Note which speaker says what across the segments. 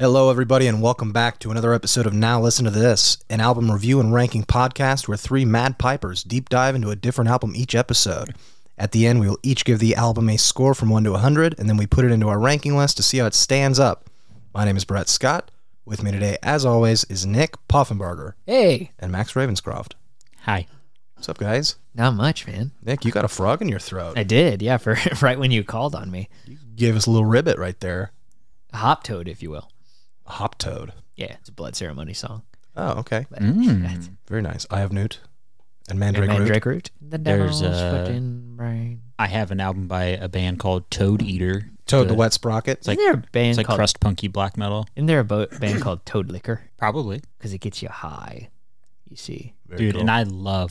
Speaker 1: everybody, and welcome back to another episode of Now Listen to This, an album review and ranking podcast where three Mad Pipers deep dive into a different album each episode. At the end, we will each give the album a score from 1 to 100, and then we put it into our ranking list to see how it stands up. My name is Brett Scott. With me today, as always, is Nick Poffenbarger
Speaker 2: Hey.
Speaker 1: and Max Ravenscroft.
Speaker 2: Hi.
Speaker 1: What's up, guys?
Speaker 2: Not much, man.
Speaker 1: Nick, you got a frog in your throat.
Speaker 2: I did, yeah, for right when you called on me.
Speaker 1: Gave us a little ribbit right there.
Speaker 2: A hop toad, if you will.
Speaker 1: A hop toad.
Speaker 2: Yeah, it's a blood ceremony song.
Speaker 1: Oh, okay.
Speaker 2: But that's-
Speaker 1: Very nice. I have Newt and Mandrake, Root.
Speaker 2: Mandrake Mm. root. The
Speaker 3: There's,
Speaker 2: devil's
Speaker 3: uh,
Speaker 2: fucking brain.
Speaker 3: I have an album by a band called Toad Eater.
Speaker 1: Toad the Wet Sprocket.
Speaker 3: like-
Speaker 2: isn't there a band
Speaker 3: It's like
Speaker 2: called?
Speaker 3: crust punky black metal.
Speaker 2: Isn't there a bo- band called Toad Liquor?
Speaker 3: Probably.
Speaker 2: Because it gets you high. You see.
Speaker 1: Very
Speaker 3: Dude,
Speaker 1: cool.
Speaker 3: and I love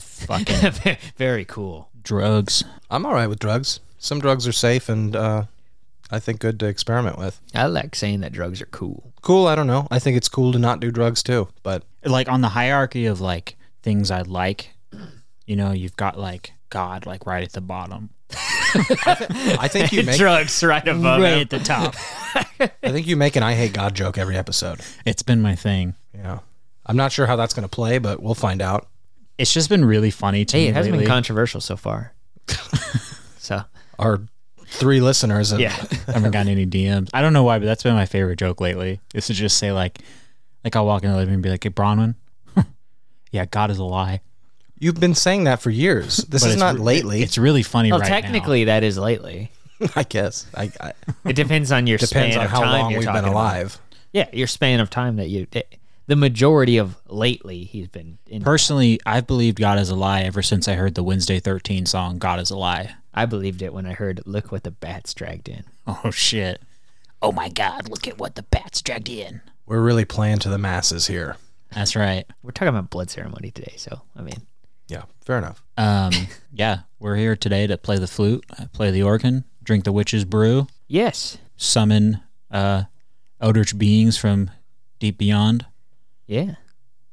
Speaker 3: fucking
Speaker 2: Ve- Very cool.
Speaker 3: drugs.
Speaker 1: I'm all right with drugs. Some drugs are safe and uh, I think good to experiment with.
Speaker 2: I like saying that drugs are cool.
Speaker 1: Cool, I don't know. I think it's cool to not do drugs too, but
Speaker 3: Like on the hierarchy of like things I like, you know, you've got like God like right at the bottom.
Speaker 1: I think you make
Speaker 2: drugs right above
Speaker 3: right
Speaker 2: him.
Speaker 3: at the top.
Speaker 1: I think you make an I hate God joke every episode.
Speaker 3: it's been my thing.
Speaker 1: Yeah. I'm not sure how that's going to play, but we'll find out.
Speaker 3: It's just been really funny to
Speaker 2: Hey,
Speaker 3: me
Speaker 2: it hasn't
Speaker 3: lately.
Speaker 2: been controversial so far. so,
Speaker 1: Our three listeners have,
Speaker 2: yeah.
Speaker 3: I haven't gotten any DMs. I don't know why, but that's been my favorite joke lately. Is to just say like like I'll walk in the living room and be like, Hey Bronwyn. yeah, God is a lie.
Speaker 1: you've been saying that for years. This
Speaker 3: But
Speaker 1: is
Speaker 3: it's
Speaker 1: not
Speaker 3: re-
Speaker 1: lately.
Speaker 3: It's really funny
Speaker 2: Well,
Speaker 3: right now.
Speaker 2: technically, that is lately.
Speaker 1: I guess. I, I
Speaker 2: It depends on your
Speaker 1: depends
Speaker 2: span
Speaker 1: on
Speaker 2: of
Speaker 1: how
Speaker 2: time
Speaker 1: long
Speaker 2: you're
Speaker 1: we've been
Speaker 2: talking about.
Speaker 1: alive.
Speaker 2: Yeah, your span of time that you, eh, the majority of lately, he's been in.
Speaker 3: Personally, I've believed God is a lie ever since I heard the Wednesday 13 song, God is a Lie.
Speaker 2: I believed it when I heard, "Look what the bats dragged in."
Speaker 3: Oh, shit. Oh, my God, look at what the bats dragged in.
Speaker 1: We're really playing to the masses here.
Speaker 3: That's right.
Speaker 2: We're talking about blood ceremony today, so I mean,
Speaker 1: Yeah, fair enough.
Speaker 3: Um, yeah, we're here today to play the flute, uh, play the organ, drink the witch's brew,
Speaker 2: yes,
Speaker 3: summon uh, eldritch beings from deep beyond,
Speaker 2: yeah,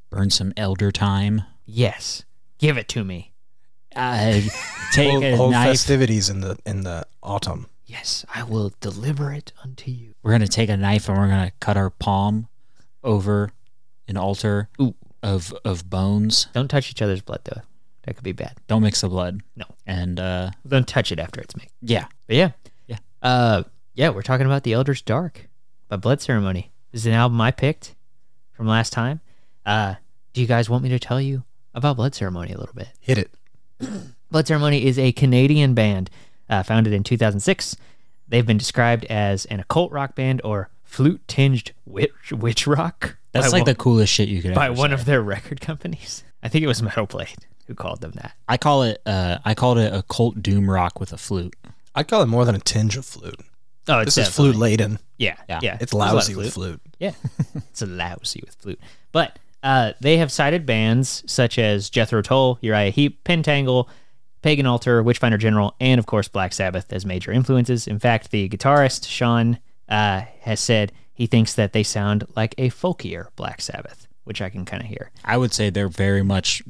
Speaker 3: burn some elder time,
Speaker 2: yes. Give it to me.
Speaker 3: uh, take
Speaker 1: Hold,
Speaker 3: a
Speaker 1: hold
Speaker 3: knife.
Speaker 1: festivities in the in the autumn.
Speaker 2: Yes, I will deliver it unto you.
Speaker 3: we're going to take a knife and we're going to cut our palm over an altar
Speaker 2: Ooh.
Speaker 3: of of bones.
Speaker 2: Don't touch each other's blood, though. That could be bad.
Speaker 3: Don't mix the blood.
Speaker 2: No.
Speaker 3: And uh,
Speaker 2: Don't touch it after it's made.
Speaker 3: yeah,
Speaker 2: But yeah,
Speaker 3: Yeah.
Speaker 2: uh, yeah. We're talking about the Elder's Dark by Blood Ceremony. This is an album I picked from last time. Uh, do you guys want me to tell you about Blood Ceremony a little bit?
Speaker 1: Hit it.
Speaker 2: Blood Ceremony is a Canadian band uh, founded in 2006. They've been described as an occult rock band or flute tinged witch, witch rock.
Speaker 3: that's
Speaker 2: by
Speaker 3: like
Speaker 2: one,
Speaker 3: the coolest shit you could.
Speaker 2: by
Speaker 3: ever
Speaker 2: one
Speaker 3: say.
Speaker 2: of their record companies. I think it was Metal Blade who called them that.
Speaker 3: I call it. Uh, I called it a cult doom rock with a flute.
Speaker 1: I'd call it more than a tinge of flute.
Speaker 2: Oh,
Speaker 1: This
Speaker 2: it's
Speaker 1: is flute laden.
Speaker 2: Yeah,
Speaker 3: Yeah.
Speaker 2: yeah,
Speaker 1: It's
Speaker 2: There's a lot of
Speaker 1: lousy
Speaker 2: flute.
Speaker 1: with flute.
Speaker 2: Yeah, it's lousy with flute. But uh, they have cited bands such as Jethro Tull, Uriah Heep, Pentangle, Pagan Altar, Witchfinder General, and of course Black Sabbath as major influences. In fact, the guitarist Sean uh, has said he thinks that they sound like a folkier Black Sabbath, which I can kind of hear.
Speaker 3: I would say they're very much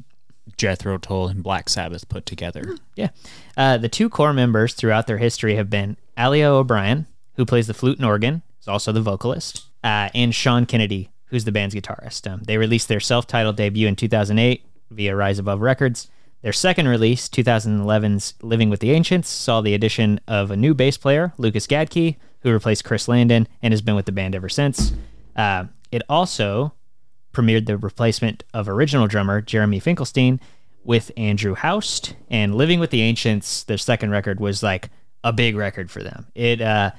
Speaker 3: Jethro Tull and Black Sabbath put together.
Speaker 2: Yeah. Uh, the two core members throughout their history have been Alia O'Brien, who plays the flute and organ, is also the vocalist, uh, and Sean Kennedy, who's the band's guitarist. Um, they released their self titled debut in 2008 via Rise Above Records. Their second release, 2011's Living with the Ancients, saw the addition of a new bass player, Lucas Gadke, who replaced Chris Landon and has been with the band ever since. Uh, it also premiered the replacement of original drummer Jeremy Finkelstein with Andrew Houst. And Living with the Ancients, their second record, was like a big record for them. It uh,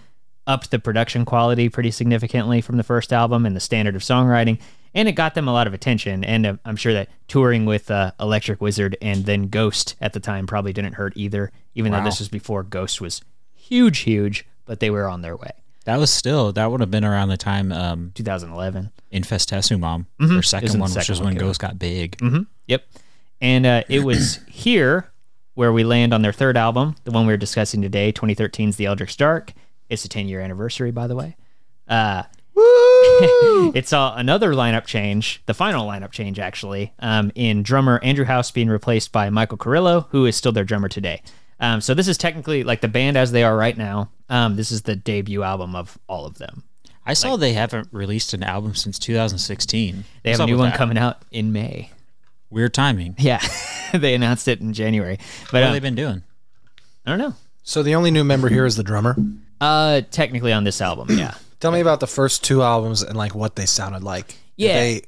Speaker 2: upped the production quality pretty significantly from the first album and the standard of songwriting. And it got them a lot of attention. And uh, I'm sure that touring with uh, Electric Wizard and then Ghost at the time probably didn't hurt either, even though this was before Ghost was huge, huge, but they were on their way.
Speaker 3: That was still. That would have been around the time um,
Speaker 2: 2011.
Speaker 3: Infestessumam, their second
Speaker 2: Isn't
Speaker 3: one,
Speaker 2: Mm-hmm. the
Speaker 3: which
Speaker 2: second
Speaker 3: is
Speaker 2: one
Speaker 3: when
Speaker 2: came
Speaker 3: Ghost got big.
Speaker 2: hmm Yep. And uh, it was here where we land on their third album, the one we were discussing today, 2013's The Eldritch Dark. It's a 10 year anniversary, by the way. Uh, it saw another lineup change, the final lineup change, actually, um, in drummer Andrew House being replaced by Michael Carrillo, who is still their drummer today. Um, so this is technically like the band as they are right now. Um, this is the debut album of all of them.
Speaker 3: I saw they haven't released an album since 2016.
Speaker 2: They have
Speaker 3: What's
Speaker 2: a
Speaker 3: up
Speaker 2: new
Speaker 3: with
Speaker 2: one
Speaker 3: that?
Speaker 2: coming out in May.
Speaker 3: Weird timing.
Speaker 2: Yeah, they announced it in January. But um,
Speaker 3: What have they been doing?
Speaker 2: I don't know.
Speaker 1: So the only new member here is the drummer.
Speaker 2: Uh, technically on this album, yeah.
Speaker 1: Tell me about the first two albums and like what they sounded like.
Speaker 2: Yeah.
Speaker 1: Did they,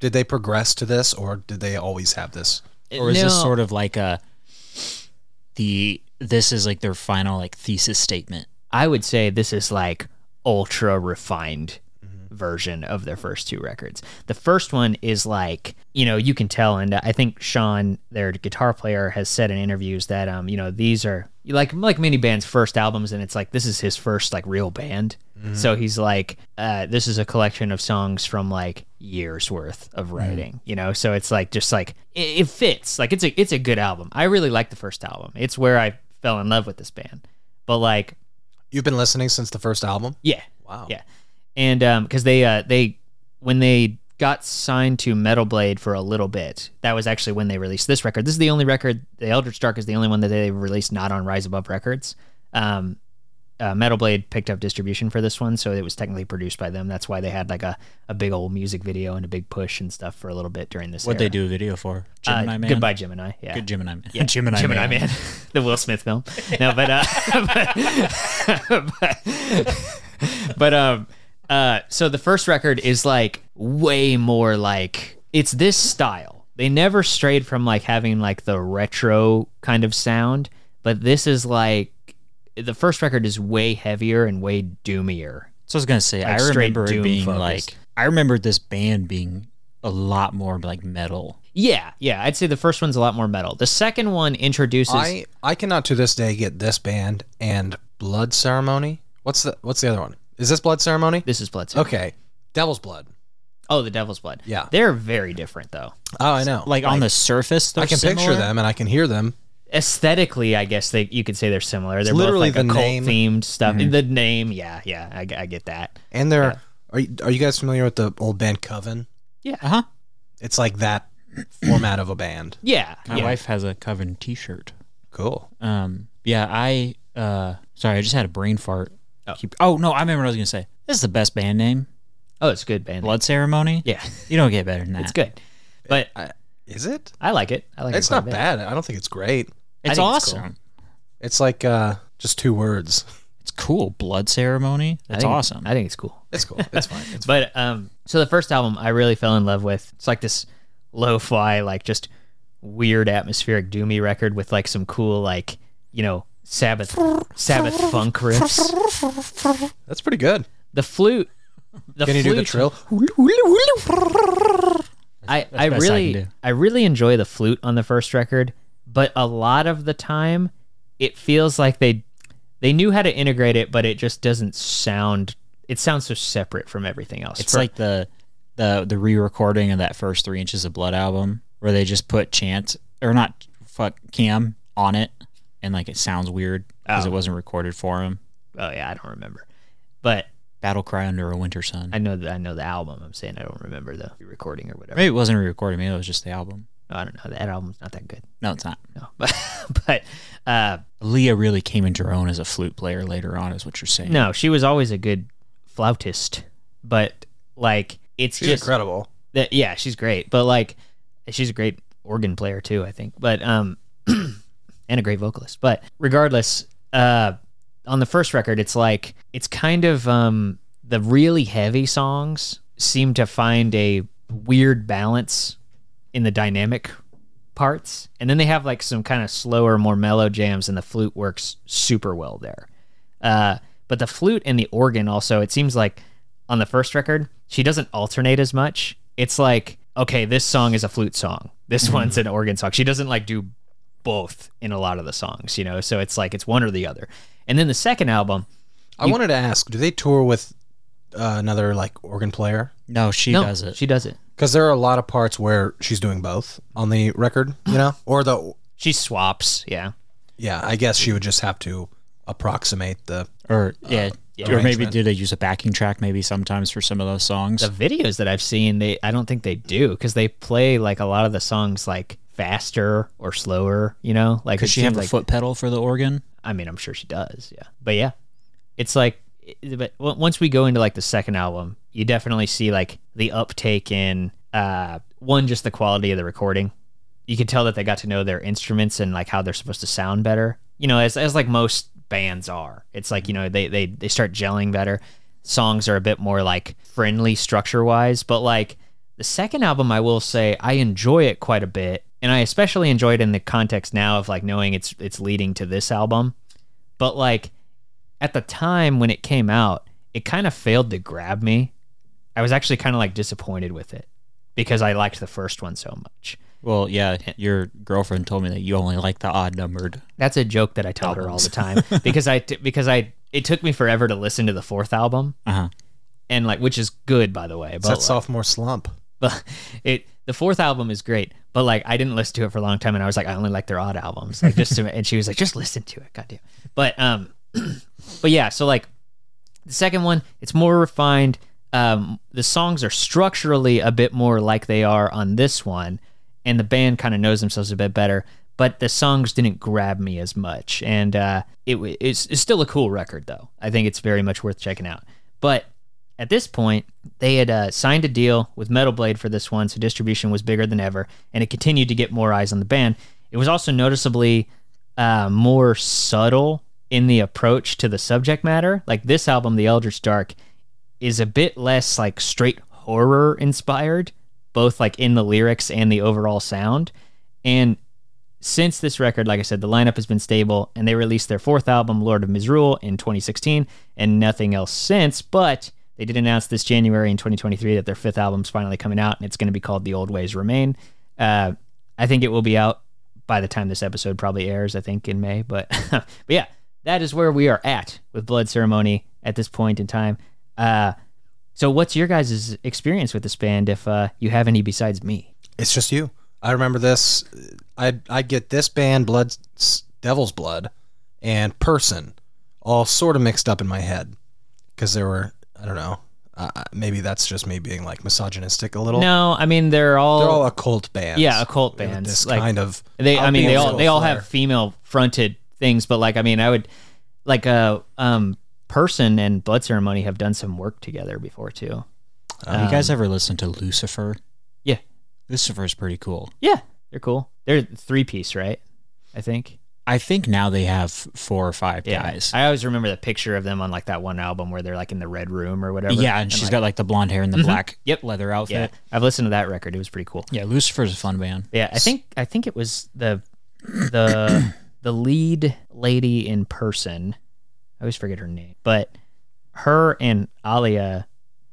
Speaker 1: did they progress to this or did they always have this?
Speaker 3: Or is this
Speaker 2: No.
Speaker 3: sort of like a the this is like their final like thesis statement?
Speaker 2: I would say this is like ultra refined version of their first two records. The first one is like, you know, you can tell and I think Sean their guitar player has said in interviews that um, you know, these are like like many bands first albums and it's like this is his first like real band. So he's like uh this is a collection of songs from like years worth of writing, you know. So it's like just like it, it fits. Like it's a it's a good album. I really like the first album. It's where I fell in love with this band. But like
Speaker 1: You've been listening since the first album?
Speaker 2: yeah,
Speaker 1: Wow.
Speaker 2: yeah, and um, because they uh they when they got signed to Metal Blade for a little bit, that was actually when they released this record. This is the only record. The Eldritch Dark is the only one that they released not on Rise Above Records. Um, uh, Metal Blade picked up distribution for this one, so it was technically produced by them. That's why they had like a, a big old music video and a big push and stuff for a little bit during this.
Speaker 3: What
Speaker 2: era.
Speaker 3: they do a video for?
Speaker 2: Uh,
Speaker 3: Gemini Man.
Speaker 2: Goodbye, Gemini. Yeah.
Speaker 3: Good Gemini Man. Gemini,
Speaker 2: Gemini
Speaker 3: Man.
Speaker 2: Man, the Will Smith film. No, but uh, but, but, um, uh, so the first record is like way more like it's this style. They never strayed from like having like the retro kind of sound, but this is like the first record is way heavier and way doomier.
Speaker 3: So I was gonna say,
Speaker 2: Like
Speaker 3: I
Speaker 2: straight
Speaker 3: remember
Speaker 2: doom
Speaker 3: it being
Speaker 2: focused.
Speaker 3: like I remember this band being a lot more like metal.
Speaker 2: Yeah, yeah, I'd say the first one's a lot more metal. The second one introduces
Speaker 1: I, I cannot to this day get this band and Blood Ceremony. What's the what's the other one? Is this Blood Ceremony?
Speaker 2: this is Blood. Sacred.
Speaker 1: Okay. Devil's Blood.
Speaker 2: Oh, the Devil's Blood.
Speaker 1: Yeah.
Speaker 2: They're very different though.
Speaker 1: Oh, I know.
Speaker 3: Like, on the surface, they're
Speaker 1: I can picture
Speaker 3: similar.
Speaker 1: them and I can hear them.
Speaker 2: aesthetically, I guess they you could say they're similar. They're
Speaker 1: literally
Speaker 2: both like
Speaker 1: the
Speaker 2: occult
Speaker 1: name. Mm-hmm.
Speaker 2: themed stuff. The name, yeah, yeah, I, g- I get that.
Speaker 1: And they're are you, are you guys familiar with the old band Coven?
Speaker 3: Uh huh.
Speaker 1: It's like that format of a band.
Speaker 2: Yeah,
Speaker 3: My
Speaker 2: yeah.
Speaker 3: wife has a Coven T-shirt.
Speaker 1: Cool.
Speaker 3: Um, yeah, I uh, sorry, I just had a brain fart. Oh. Keep, oh no, I remember what I was gonna say. This is the best band name,
Speaker 2: Oh, it's a good band.
Speaker 3: Blood Ceremony.
Speaker 2: Yeah,
Speaker 3: you don't get better than that.
Speaker 2: it's good, but
Speaker 1: I, is it?
Speaker 2: I like it. I like it.
Speaker 1: It's
Speaker 2: quite a
Speaker 1: not
Speaker 2: bit.
Speaker 1: bad. I don't think it's great.
Speaker 3: It's
Speaker 2: think it's
Speaker 3: awesome.
Speaker 1: It's like uh, just two words.
Speaker 3: It's cool. Blood Ceremony.
Speaker 2: I
Speaker 3: That's
Speaker 2: think-
Speaker 3: awesome.
Speaker 2: I think it's cool.
Speaker 1: It's cool. It's fine. It's
Speaker 2: But um, so the first album I really fell in love with. It's like this lo-fi, like just weird atmospheric doomy record with like some cool like you know Sabbath Sabbath funk riffs.
Speaker 1: That's pretty good.
Speaker 2: The flute. The
Speaker 1: Can you do the
Speaker 2: flute-
Speaker 1: trill?
Speaker 2: I, I
Speaker 3: best I can
Speaker 2: really
Speaker 3: do.
Speaker 2: I really enjoy the flute on the first record, but a lot of the time it feels like they they knew how to integrate it, but it just doesn't sound it sounds so separate from everything else.
Speaker 3: It's
Speaker 2: For-
Speaker 3: like the the the re-recording of that first three inches of Blood album, where they just put Chant or not fuck Cam on it, and like it sounds weird because it wasn't recorded for him.
Speaker 2: oh yeah, I don't remember. But
Speaker 3: Battle Cry Under a Winter Sun.
Speaker 2: I know that I know the album. I'm saying I don't remember the recording or whatever.
Speaker 3: Maybe it wasn't re-recorded. Maybe it was just the album.
Speaker 2: I don't know. That album's not that good.
Speaker 3: No, it's not.
Speaker 2: No, but but uh,
Speaker 3: Leah really came into her own as a flute player later on, is what you're saying.
Speaker 2: no, she was always a good flautist, but like it's
Speaker 1: She's
Speaker 2: just
Speaker 1: incredible.
Speaker 2: that yeah she's great but like she's a great organ player too i think but um and a great vocalist but regardless uh on the first record it's like it's kind of um the really heavy songs seem to find a weird balance in the dynamic parts and then they have like some kind of slower more mellow jams and the flute works super well there uh, but the flute and the organ also, it seems like on the first record, she doesn't alternate as much. It's like, okay, this song is a flute song. This
Speaker 3: Mm-hmm.
Speaker 2: one's an organ song. She doesn't like do both in a lot of the songs, you know? So it's like it's one or the other. And then the second album,
Speaker 1: I wanted to ask, do they tour with uh, another like organ player?
Speaker 3: no, she
Speaker 2: no,
Speaker 3: does it.
Speaker 2: She does it.
Speaker 1: Because there are a lot of parts where she's doing both on the record, you know, or the
Speaker 2: She swaps, yeah.
Speaker 1: yeah. I guess she would just have to approximate the.
Speaker 3: or yeah, or maybe
Speaker 1: arrangement.
Speaker 3: did they use a backing track? Maybe sometimes for some of those songs.
Speaker 2: The videos that I've seen, they I don't think they do because they play like a lot of the songs like faster or slower, you know? Like
Speaker 3: Does
Speaker 2: it
Speaker 3: she have
Speaker 2: seems
Speaker 3: a
Speaker 2: like
Speaker 3: foot pedal for the organ?
Speaker 2: I mean, I'm sure she does. Yeah. But yeah, it's like it- but on- once we go into like the second album, you definitely see like the uptake in uh one just the quality of the recording. You can tell that they got to know their instruments and like how they're supposed to sound better. You know, as as like most bands are. It's like, you know, they they they start gelling better. Songs are a bit more like friendly structure-wise, but like the second album, I will say, I enjoy it quite a bit, and I especially enjoy it in the context now of like knowing it's it's leading to this album. But like at the time when it came out, it kind of failed to grab me. I was actually kind of like disappointed with it because I liked the first one so much.
Speaker 3: Well, yeah, your girlfriend told me that you only like the odd numbered.
Speaker 2: That's a joke that I tell her all the time because I t- because I it took me forever to listen to the fourth album
Speaker 3: Uh-huh.
Speaker 2: and like which is good by the way.
Speaker 1: It's that
Speaker 2: But
Speaker 1: sophomore slump.
Speaker 2: but it the fourth album is great but like i didn't listen to it for a long time and i was like i only like their odd albums like just to, and she was like just listen to it goddamn but um but yeah so like the second one it's more refined um the songs are structurally a bit more like they are on this one and the band kind of knows themselves a bit better but the songs didn't grab me as much and uh it wa- it's, it's still a cool record though i think it's very much worth checking out but at this point, they had uh, signed a deal with Metal Blade for this one, so distribution was bigger than ever, and it continued to get more eyes on the band. It was also noticeably uh, more subtle in the approach to the subject matter. Like this album, The Eldritch Dark, is a bit less like straight horror inspired, both like in the lyrics and the overall sound. And since this record, like I said, the lineup has been stable, and they released their fourth album, Lord of Misrule, in 2016, and nothing else since. But they did announce this January in 2023 that their fifth album's finally coming out, and it's going to be called The Old Ways Remain. Uh, I think it will be out by the time this episode probably airs, I think in May. But, but yeah, that is where we are at with Blood Ceremony at this point in time. Uh, so, what's your guys' experience with this band if uh, you have any besides me?
Speaker 1: It's just you. I remember this. I I get this band, Blood, Devil's Blood, and Person, all sort of mixed up in my head because there were I don't know. Uh, uh, maybe that's just me being like misogynistic a little.
Speaker 2: No, I mean,
Speaker 1: They're all occult bands.
Speaker 2: Yeah, occult
Speaker 1: With
Speaker 2: bands,
Speaker 1: This
Speaker 2: like-
Speaker 1: kind of
Speaker 2: They, I mean, they all
Speaker 1: Albino
Speaker 2: they all
Speaker 1: flair.
Speaker 2: have female fronted things, but like, I mean, I would like uh, um person and blood ceremony have done some work together before too. Um,
Speaker 3: Have Oh, you guys ever listened to Lucifer?
Speaker 2: Yeah.
Speaker 3: Lucifer's pretty cool.
Speaker 2: Yeah, they're cool. They're three piece, right? I think.
Speaker 3: I think now they have four or five
Speaker 2: Yeah.
Speaker 3: guys.
Speaker 2: I always remember the picture of them on like that one album where they're like in the red room or whatever.
Speaker 3: yeah, and she's got like the blonde hair and the black
Speaker 2: Mm-hmm. Yep.
Speaker 3: leather
Speaker 2: yeah.
Speaker 3: outfit.
Speaker 2: I've listened to that record. It was pretty cool.
Speaker 3: Yeah. Lucifer's a fun band.
Speaker 2: Yeah, I think I think it was the the the lead lady in person. I always forget her name, but her and Alia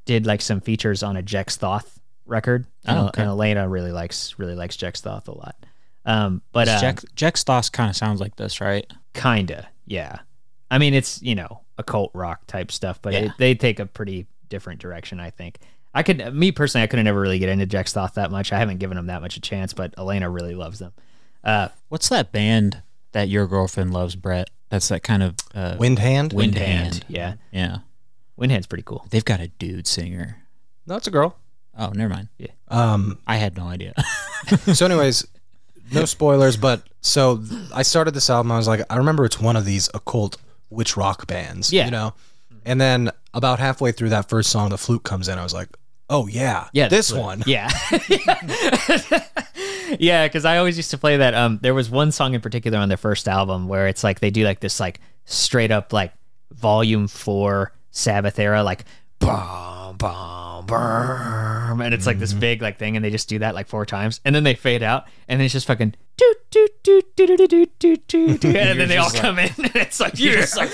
Speaker 2: did like some features on a Jex Thoth record. And,
Speaker 3: Oh,
Speaker 2: El-
Speaker 3: okay.
Speaker 2: and Elena really likes really likes Jex Thoth a lot. Um, but uh,
Speaker 3: Jack, Jack Stoss kind of sounds like this, right?
Speaker 2: kinda, yeah. I mean, it's you know occult rock type stuff, but
Speaker 3: Yeah.
Speaker 2: it, they take a pretty different direction. I think I could, me personally, I could never really get into Jex Thoth that much. I haven't given them that much a chance, but Elena really loves them. Uh,
Speaker 3: What's that band that your girlfriend loves, Brett? That's that kind of uh,
Speaker 1: wind hand.
Speaker 3: Wind-
Speaker 2: Windhand.
Speaker 3: Hand.
Speaker 2: Yeah.
Speaker 3: yeah.
Speaker 2: Windhand's pretty cool.
Speaker 3: They've got a dude singer.
Speaker 1: No, it's a girl.
Speaker 3: Oh, never mind.
Speaker 1: Um.
Speaker 3: I had no idea.
Speaker 1: So, anyways, no spoilers, but so th- I started this album. I was like, I remember it's one of these occult witch rock bands.
Speaker 2: Yeah.
Speaker 1: You know? And then about halfway through that first song, the flute comes in. I was like, oh, yeah.
Speaker 2: Yeah.
Speaker 1: This
Speaker 2: that's what-
Speaker 1: one.
Speaker 2: Yeah. yeah, because I always used to play that. Um, there was one song in particular on their first album where it's like they do like this like straight up like volume four Sabbath era like bum bum bum and it's like this big like thing and they just do that like four times and then they fade out and it's just fucking doot doot doot doot doot doot doot doot doot, and then they all come in and it's like you're just like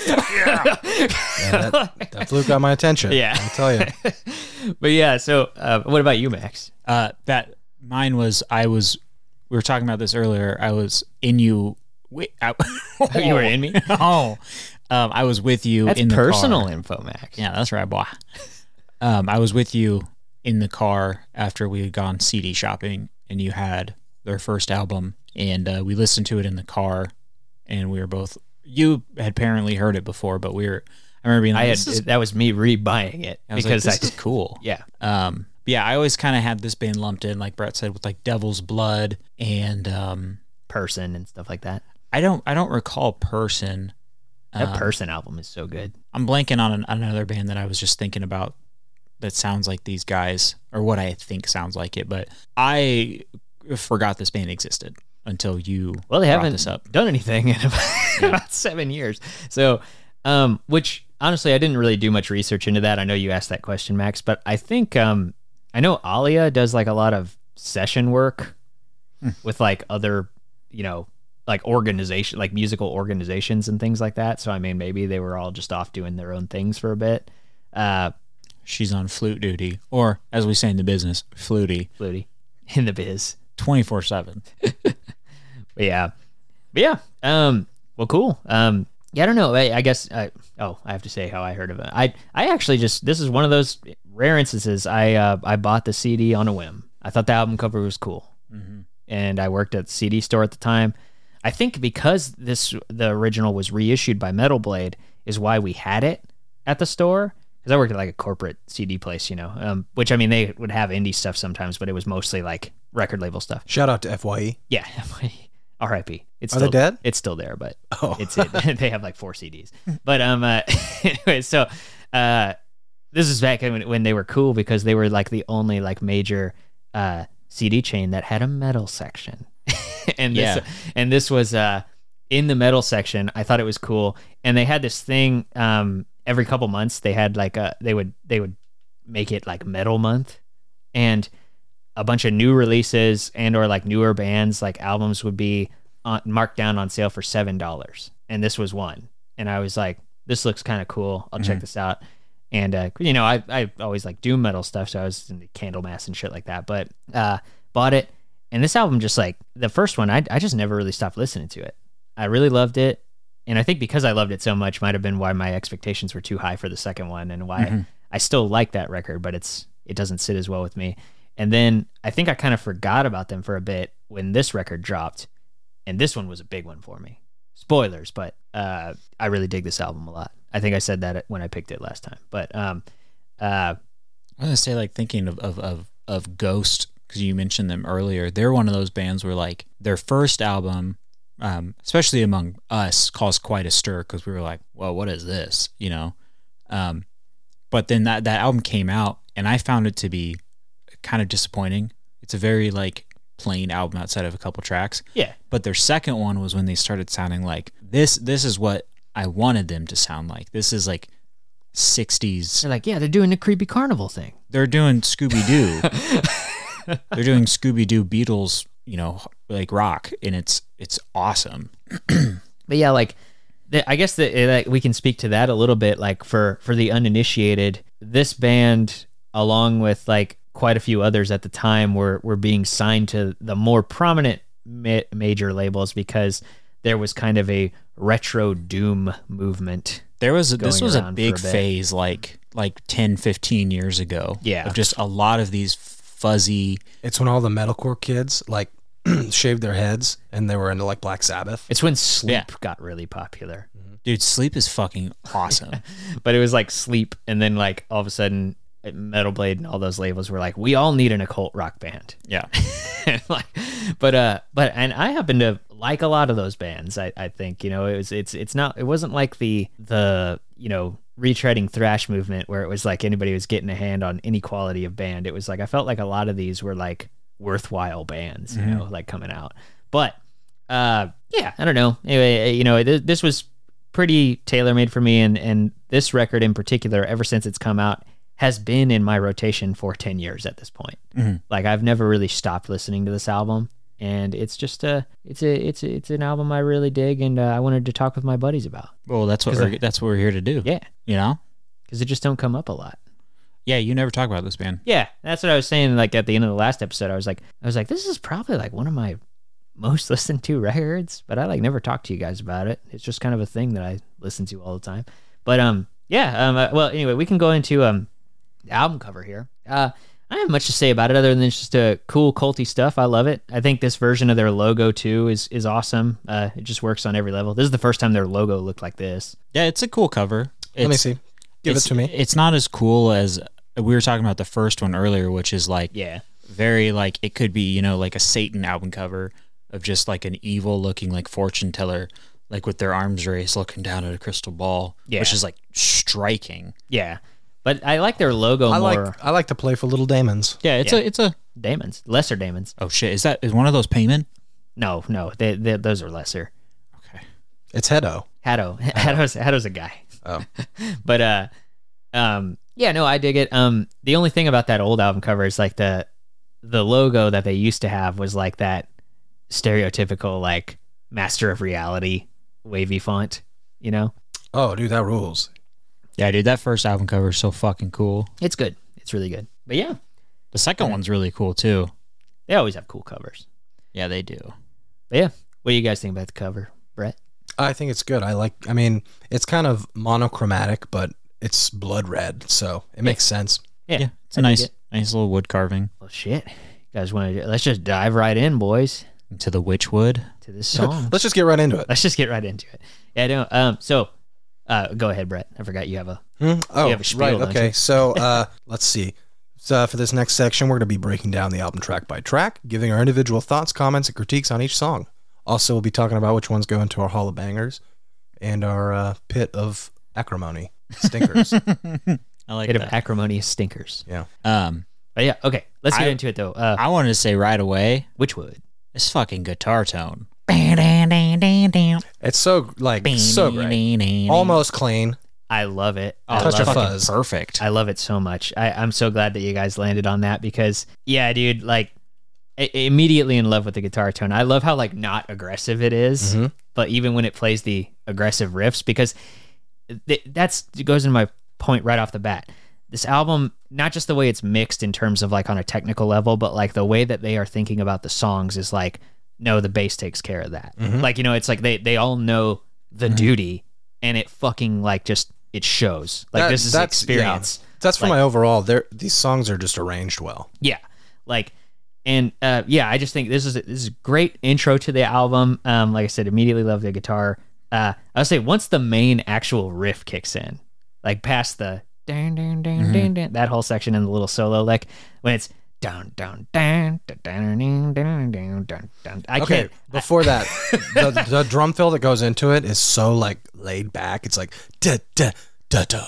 Speaker 1: Yeah, that, that flute got my attention.
Speaker 2: Yeah.
Speaker 1: I'll tell you.
Speaker 2: but yeah so uh, what about you Max
Speaker 3: uh, that mine was I was we were talking about this earlier. I was in you. Wait, I,
Speaker 2: you were in me
Speaker 3: oh, um, I was with you
Speaker 2: That's
Speaker 3: in the
Speaker 2: personal
Speaker 3: Car.
Speaker 2: info, Max.
Speaker 3: Yeah, that's right, boy. Um, I was with you in the car after we had gone CD shopping, and you had their first album, and uh, we listened to it in the car, and we were both. You had apparently heard it before, but we were. I remember being like,
Speaker 2: I had
Speaker 3: "This is
Speaker 2: that was me rebuying it
Speaker 3: I was
Speaker 2: because
Speaker 3: like,
Speaker 2: I
Speaker 3: this is cool.
Speaker 2: yeah
Speaker 3: Um, but yeah, I always kind of had this band lumped in, like Brett said, with like Devil's Blood, and um,
Speaker 2: person and stuff like that.
Speaker 3: I don't, I don't recall person.
Speaker 2: That
Speaker 3: Um,
Speaker 2: Person album is so good.
Speaker 3: I'm blanking on an, another band that I was just thinking about that sounds like these guys, or what I think sounds like it, but I forgot this band existed until you
Speaker 2: Well, they
Speaker 3: brought
Speaker 2: haven't
Speaker 3: this up.
Speaker 2: done anything in about, about seven years. So, um, which honestly, I didn't really do much research into that. I know you asked that question, Max, but I think um, I know Alia does like a lot of session work
Speaker 3: Hmm.
Speaker 2: with like other, you know, like organization, like musical organizations and things like that. So, I mean, maybe they were all just off doing their own things for a bit. Uh,
Speaker 3: She's on flute duty, or as we say in the business, fluty,
Speaker 2: Flutie in the biz.
Speaker 3: 24 7.
Speaker 2: But yeah, but yeah. Um, well, cool. Um, yeah, I don't know. I, I guess. I, oh, I have to say how I heard of it. I I actually just this is one of those rare instances. I uh, I bought the CD on a whim. I thought the album cover was cool, and I worked at the CD store at the time. I think because this the original was reissued by Metal Blade is why we had it at the store. Because I worked at like a corporate CD place, you know, um, which I mean they would have indie stuff sometimes, but it was mostly like record label stuff.
Speaker 1: Shout out to FYE.
Speaker 2: Yeah, R.I.P. It's
Speaker 1: Are they
Speaker 2: still
Speaker 1: dead?
Speaker 2: It's still there, but
Speaker 1: Oh,
Speaker 2: it's it. they have like four CDs. But um, uh, anyway, so uh, this is back when, when they were cool because they were like the only like major uh CD chain that had a metal section, and
Speaker 3: Yeah.
Speaker 2: this and this was uh in the metal section. I thought it was cool, and they had this thing um every couple months they had like a they would they would make it like metal month and a bunch of new releases and or like newer bands like albums would be on, marked down on sale for seven dollars and this was one and i was like this looks kind of cool i'll check this out and uh, you know I, I always like doom metal stuff so i was into candlemass and shit like that but uh, bought it and this album just like the first one I, I just never really stopped listening to it i really loved it and i think because i loved it so much might have been why my expectations were too high for the second one and why
Speaker 3: Mhm.
Speaker 2: i still like that record but it's it doesn't sit as well with me and then i think i kind of forgot about them for a bit when this record dropped and this one was a big one for me spoilers but uh i really dig this album a lot i think i said that when i picked it last time but um uh
Speaker 3: I was gonna say, like thinking of of of, of Ghost because you mentioned them earlier. They're one of those bands where like their first album, um, especially among us, caused quite a stir because we were like, "Well, what is this?" You know. Um, but then that that album came out, and I found it to be kind of disappointing. It's a very like plain album outside of a couple tracks.
Speaker 2: yeah
Speaker 3: But their second one was when they started sounding like this. This is what I wanted them to sound like. This is like '60s
Speaker 2: they're like yeah they're doing the creepy carnival thing
Speaker 3: they're doing Scooby Doo. they're doing Scooby Doo Beatles, you know, like rock, and it's it's awesome.
Speaker 2: but yeah like the, i guess that like, we can speak to that a little bit like for for the uninitiated this band along with like quite a few others at the time were were being signed to the more prominent ma- major labels because there was kind of a retro doom movement
Speaker 3: There was a, this
Speaker 2: Going
Speaker 3: was a
Speaker 2: around for
Speaker 3: big
Speaker 2: a bit.
Speaker 3: phase like like 10, 15 years ago.
Speaker 2: Yeah.
Speaker 3: of just a lot of these fuzzy.
Speaker 1: it's when all the metalcore kids like shaved their heads and they were into like Black Sabbath.
Speaker 2: it's when sleep
Speaker 3: Yeah.
Speaker 2: got really popular
Speaker 3: Dude, sleep is fucking awesome.
Speaker 2: but it was like sleep and then like all of a sudden metal blade and all those labels were like we all need an occult rock band
Speaker 3: yeah,
Speaker 2: like, but uh, but and I happen to like a lot of those bands. I, I think you know it was it's it's not it wasn't like the the you know retreading thrash movement where it was like anybody was getting a hand on any quality of band. It was like I felt like a lot of these were like worthwhile bands, you
Speaker 3: Mhm.
Speaker 2: know, like coming out. But uh, yeah, I don't know. Anyway, uh, you know, th- this was pretty tailor made for me, and and this record in particular, ever since it's come out, has been in my rotation for ten years at this point like I've never really stopped listening to this album and it's just a it's a it's a, it's an album I really dig and uh, I wanted to talk with my buddies about.
Speaker 3: well, that's what
Speaker 2: 'Cause
Speaker 3: we're, that's what we're here to do.
Speaker 2: Yeah,
Speaker 3: You know,
Speaker 2: cuz it just don't come up a lot.
Speaker 3: yeah. You never talk about this band.
Speaker 2: Yeah, that's what I was saying like at the end of the last episode. I was like I was like this is probably like one of my most listened to records, but I like never talk to you guys about it. It's just kind of a thing that I listen to all the time. But um yeah, um uh, well anyway, we can go into um the album cover here. Uh, I don't have much to say about it other than it's just a cool culty stuff. I love it. I think this version of their logo too is is awesome. Uh, it just works on every level. This is the first time their logo looked like this.
Speaker 3: Yeah, it's a cool cover.
Speaker 1: Let me
Speaker 3: It's-
Speaker 1: see. Give it
Speaker 3: it's-
Speaker 1: to me.
Speaker 3: It's not as cool as we were talking about the first one earlier, which is like
Speaker 2: Yeah,
Speaker 3: very like it could be you know like a satan album cover of just like an evil looking like fortune teller like with their arms raised, looking down at a crystal ball,
Speaker 2: Yeah.
Speaker 3: which is like striking.
Speaker 2: Yeah. But I like their logo
Speaker 1: I
Speaker 2: more.
Speaker 1: like I like to play for little Damons.
Speaker 3: Yeah, it's
Speaker 2: Yeah.
Speaker 3: a it's a
Speaker 2: Damons, lesser Damons.
Speaker 3: oh shit. Is that is one of those payment?
Speaker 2: No, no, they, they, those are lesser.
Speaker 3: Okay.
Speaker 1: It's Hedo.
Speaker 2: Haddo, Haddo's, Haddo's a guy.
Speaker 1: Oh.
Speaker 2: but uh, um, yeah, no, I dig it. Um, the only thing about that old album cover is like the the logo that they used to have was like that stereotypical like master of reality wavy font, you know.
Speaker 1: Oh, dude, that rules.
Speaker 3: Yeah, dude, that first album cover is so fucking cool.
Speaker 2: It's good. It's really good. But yeah,
Speaker 3: The second one's really cool too.
Speaker 2: they always have cool covers.
Speaker 3: Yeah, they do.
Speaker 2: But yeah, what do you guys think about the cover, Brett?
Speaker 1: I think it's good. I like. I mean, it's kind of monochromatic, but it's blood red, so it makes sense.
Speaker 3: Yeah, it's
Speaker 2: I
Speaker 3: a
Speaker 2: dig
Speaker 3: nice
Speaker 2: it.
Speaker 3: nice little wood carving
Speaker 2: Well, shit, you guys want to? Let's just dive right in, boys,
Speaker 3: into the witchwood.
Speaker 2: to this song.
Speaker 1: Let's just get right into it.
Speaker 2: let's just get right into it. Yeah, no. Um, so, uh, go ahead, Brett. I forgot you have a.
Speaker 1: Hmm? Oh,
Speaker 2: have a spiel,
Speaker 1: right.
Speaker 2: don't
Speaker 1: Okay. So uh, let's see. So for this next section, we're going to be breaking down the album track by track, giving our individual thoughts, comments, and critiques on each song. Also, we'll be talking about which ones go into our Hall of Bangers and our uh, pit of acrimony stinkers.
Speaker 3: I like
Speaker 2: bit of
Speaker 3: that.
Speaker 2: acrimonious stinkers.
Speaker 1: yeah.
Speaker 3: Um,
Speaker 2: But yeah, okay. Let's get
Speaker 3: I-
Speaker 2: into it though. Uh,
Speaker 3: I wanted to say right away,
Speaker 2: Witchwood.
Speaker 3: this fucking guitar tone.
Speaker 1: It's so like so great, almost clean.
Speaker 2: I love it. I
Speaker 3: Oh,
Speaker 1: Touch
Speaker 2: love
Speaker 1: of
Speaker 2: it.
Speaker 3: fucking
Speaker 1: fuzz.
Speaker 3: perfect.
Speaker 2: I love it so much. I, I'm so glad that you guys landed on that because yeah, dude, like i- immediately in love with the guitar tone. I love how like not aggressive it is,
Speaker 1: Mhm.
Speaker 2: but even when it plays the aggressive riffs, because th- that's it goes into my point right off the bat. This album, not just the way it's mixed in terms of like on a technical level, but like the way that they are thinking about the songs is like, no, the bass takes care of that.
Speaker 1: Mhm.
Speaker 2: Like you know, it's like they they all know the
Speaker 1: Mm-hmm.
Speaker 2: duty, and it fucking like just it shows. Like
Speaker 1: That-
Speaker 2: this is
Speaker 1: that's-
Speaker 2: experience.
Speaker 1: That's for
Speaker 2: Like-
Speaker 1: my overall. They're, these songs are just arranged well.
Speaker 2: Yeah. Like and uh yeah, I just think this is this is a great intro to the album. Um like I said, immediately love the guitar. Uh I'll say once the main actual riff kicks in, like past the dun, dun, dun,
Speaker 1: Mm-hmm.
Speaker 2: dun, dun, that whole section and the little solo like when it's down down down down down down down down I
Speaker 1: Okay,
Speaker 2: can't
Speaker 1: before that, the, the drum fill that goes into it is so like laid back. It's like da da da da.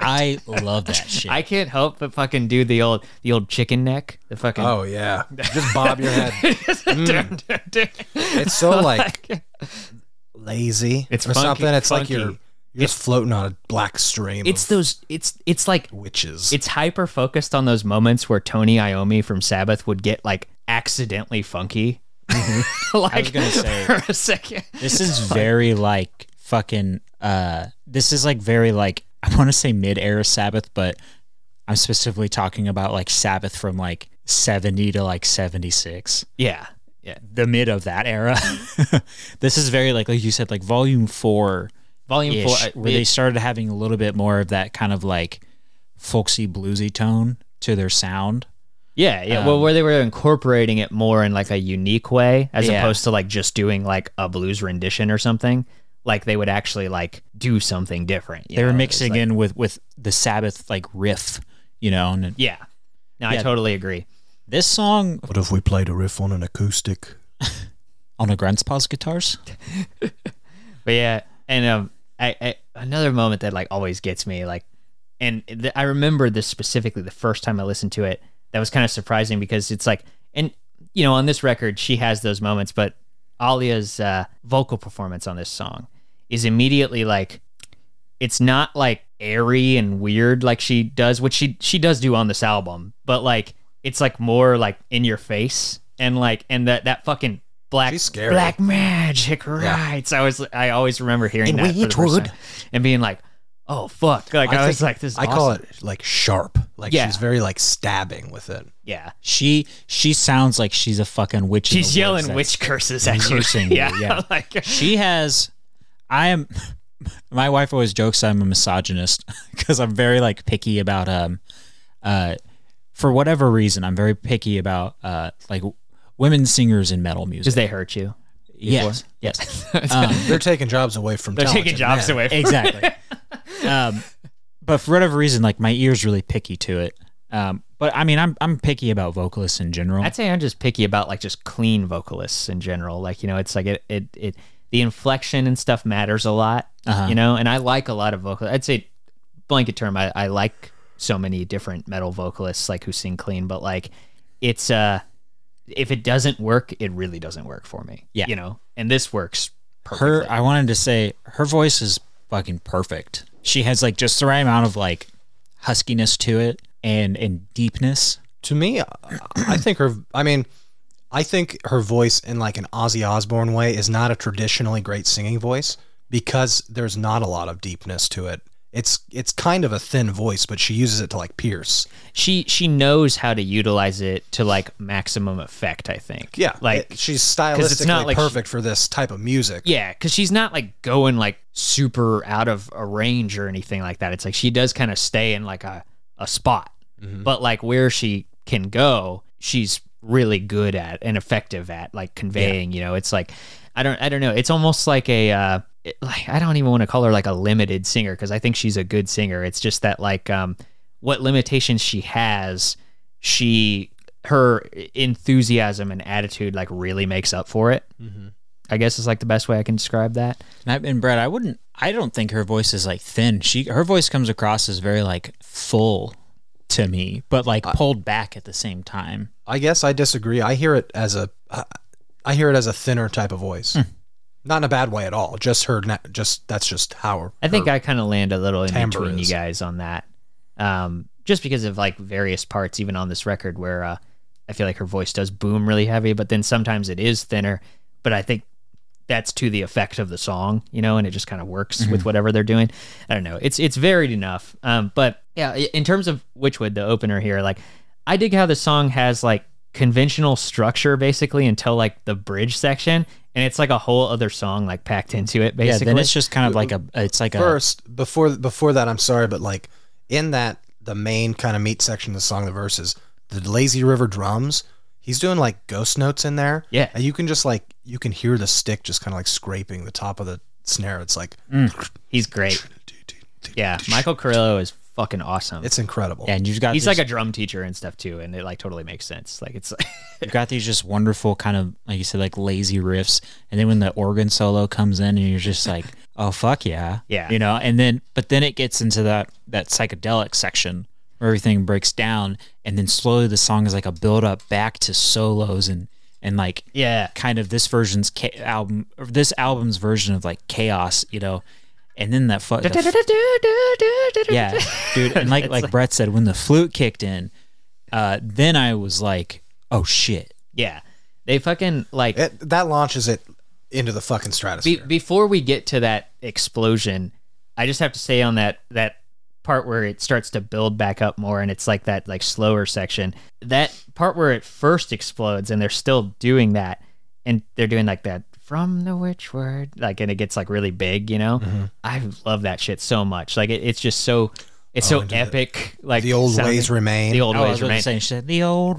Speaker 3: I love that shit.
Speaker 2: I can't help but fucking do the old the old chicken neck. The fucking
Speaker 1: Oh yeah, just bob your head.
Speaker 2: Dun, dun, dun.
Speaker 1: It's so like lazy.
Speaker 2: It's
Speaker 1: or
Speaker 2: funky-
Speaker 1: something. It's like you're
Speaker 2: funky.
Speaker 1: you're just floating on a black stream.
Speaker 2: it's
Speaker 1: of
Speaker 2: those it's it's like
Speaker 1: witches.
Speaker 2: it's hyper focused on those moments where Tony Iommi from Sabbath would get like accidentally funky. like,
Speaker 3: was gonna say-
Speaker 2: for a second.
Speaker 3: this is very like fucking uh this is like very like I want to say mid-era Sabbath, but I'm specifically talking about like Sabbath from like 70 to like 76.
Speaker 2: Yeah, yeah.
Speaker 3: The mid of that era. this is very like like you said like volume 4
Speaker 2: Volume
Speaker 3: ish,
Speaker 2: four. uh,
Speaker 3: where they started having a little bit more of that kind of like folksy bluesy tone to their sound.
Speaker 2: yeah, yeah. well, where they were incorporating it more in like a unique way, as
Speaker 3: Yeah.
Speaker 2: opposed to like just doing like a blues rendition or something. Like they would actually like do something different. you
Speaker 3: They were
Speaker 2: know? It's
Speaker 3: mixing
Speaker 2: like-
Speaker 3: in with with the Sabbath like riff, you know, and
Speaker 2: Yeah. No, I
Speaker 3: Yeah.
Speaker 2: totally agree.
Speaker 3: this song
Speaker 1: what if we played a riff on an acoustic?
Speaker 3: on a Grandpa's guitars.
Speaker 2: But yeah, and um, I, I another moment that like always gets me like, and th- I remember this specifically the first time I listened to it. That was kind of surprising because it's like, and you know, on this record she has those moments, but Alia's uh, vocal performance on this song is immediately like, it's not like airy and weird like she does, which she she does do on this album, but like it's like more like in your face and like and that that fucking black
Speaker 1: She's scary.
Speaker 2: black magic right i was i always remember hearing
Speaker 1: In
Speaker 2: that for the first
Speaker 1: Wheatwood.
Speaker 2: time and being like oh fuck like i, was
Speaker 1: think-
Speaker 2: like this is
Speaker 1: I call
Speaker 2: awesome.
Speaker 1: it like sharp. Like
Speaker 2: Yeah.
Speaker 1: she's very like stabbing with it.
Speaker 2: yeah
Speaker 3: She she sounds like she's a fucking witch. in the
Speaker 2: she's
Speaker 3: woods
Speaker 2: yelling
Speaker 3: that's-
Speaker 2: witch curses at you
Speaker 3: cursing you,
Speaker 2: yeah,
Speaker 3: yeah.
Speaker 2: like
Speaker 3: She has. I am. My wife always jokes I'm a misogynist because I'm very like picky about um, uh, for whatever reason I'm very picky about uh like women singers in metal music.
Speaker 2: because they hurt you
Speaker 3: yes, yes, um,
Speaker 1: They're taking jobs away from.
Speaker 2: they're taking
Speaker 1: talented
Speaker 2: jobs
Speaker 1: men.
Speaker 2: away from
Speaker 3: exactly. um, but for whatever reason, like my ears really picky to it. Um, but I mean, I'm I'm picky about vocalists in general.
Speaker 2: I'd say I'm just picky about like just clean vocalists in general. Like you know, it's like it it, it the inflection and stuff matters a lot,
Speaker 3: Uh-huh.
Speaker 2: you know. And I like a lot of vocal. I'd say blanket term. I, I like so many different metal vocalists like who sing clean, but like it's uh if it doesn't work, it really doesn't work for me.
Speaker 3: Yeah.
Speaker 2: you know. And this works perfectly.
Speaker 3: her i wanted to say her voice is fucking perfect she has like just the right amount of like huskiness to it and and deepness
Speaker 1: to me, I- I think her. I mean, I think her voice in like an Ozzy Osbourne way is not a traditionally great singing voice because there's not a lot of deepness to it. It's it's kind of a thin voice, but she uses it to like pierce.
Speaker 2: she she knows how to utilize it to like maximum effect. I think. like
Speaker 1: It- she's
Speaker 2: it's not
Speaker 1: stylistically
Speaker 2: like she-
Speaker 1: perfect for this type of music.
Speaker 2: Yeah, because she's not like going like super out of a range or anything like that. It's like she does kind of stay in like a, a spot, but like where she can go, she's really good at and effective at like conveying. You know, it's like I don't I don't know. It's almost like a uh, it- like I don't even want to call her like a limited singer because I think she's a good singer. It's just that like um what limitations she has, she her e-, enthusiasm and attitude like really makes up for it. I guess is like the best way I can describe that.
Speaker 3: and i've been brad i wouldn't i don't think her voice is like thin she her voice comes across as very like full to me but like
Speaker 2: Uh,
Speaker 3: pulled back at the same time
Speaker 1: I guess I disagree. I hear it as a, I- I hear it as a thinner type of voice,
Speaker 2: Hmm.
Speaker 1: not in a bad way at all. Just her, na- just that's just how. Her,
Speaker 2: I think I kind of land a little in
Speaker 1: timbre
Speaker 2: between you
Speaker 1: is.
Speaker 2: guys on that, um, just because of like various parts, even on this record, where uh, I feel like her voice does boom really heavy, but then sometimes it is thinner. But I think that's to the effect of the song, you know, and it just kind of works
Speaker 3: Mm-hmm.
Speaker 2: with whatever they're doing. I don't know. It's it's varied enough. Um, but yeah, i- in terms of Witchwood, the opener here, like I dig how the song has like conventional structure basically until like the bridge section, and it's like a whole other song like packed into it.
Speaker 3: yeah
Speaker 2: Basically,
Speaker 3: then it's just kind of like a it's like a
Speaker 1: first before before that i'm sorry but like in that the main kind of meat section of the song the verses the lazy river drums he's doing like ghost notes in there
Speaker 2: Yeah.
Speaker 1: and you can just like you can hear the stick just kind of like scraping the top of the snare it's like
Speaker 2: Mm. He's great. Yeah, Michael Carrillo is fucking awesome.
Speaker 1: it's incredible
Speaker 3: and you've got
Speaker 2: He's
Speaker 3: these-
Speaker 2: like a drum teacher and stuff too, and it like totally makes sense. Like it's like
Speaker 3: You've got these just wonderful kind of like you said, like lazy riffs, and then when the organ solo comes in, and you're just like, oh fuck yeah,
Speaker 2: Yeah.
Speaker 3: you know. And then, but then it gets into that that psychedelic section where everything breaks down, and then slowly the song is like a build up back to solos and and like
Speaker 2: yeah,
Speaker 3: kind of this version's ca- album or this album's version of like chaos, you know. And then that fuck, yeah, dude. And like like Brett said, when the flute kicked in, uh, then I was like, oh shit.
Speaker 2: yeah. They fucking like
Speaker 1: it, that launches it into the fucking
Speaker 2: be,
Speaker 1: stratosphere
Speaker 2: before we get to that explosion. I just have to say on that that part where it starts to build back up more, and it's like that like slower section. That part where it first explodes, and they're still doing that, and they're doing like that from the witch word, like, and it gets like really big, you know.
Speaker 1: Mm-hmm.
Speaker 2: I love that shit so much. Like it, it's just so, it's so epic. like
Speaker 1: Oh, the old
Speaker 2: sounding-
Speaker 1: ways remain
Speaker 2: The old
Speaker 3: Oh, I
Speaker 2: ways
Speaker 3: was gonna
Speaker 2: remain.
Speaker 3: say, she said, the old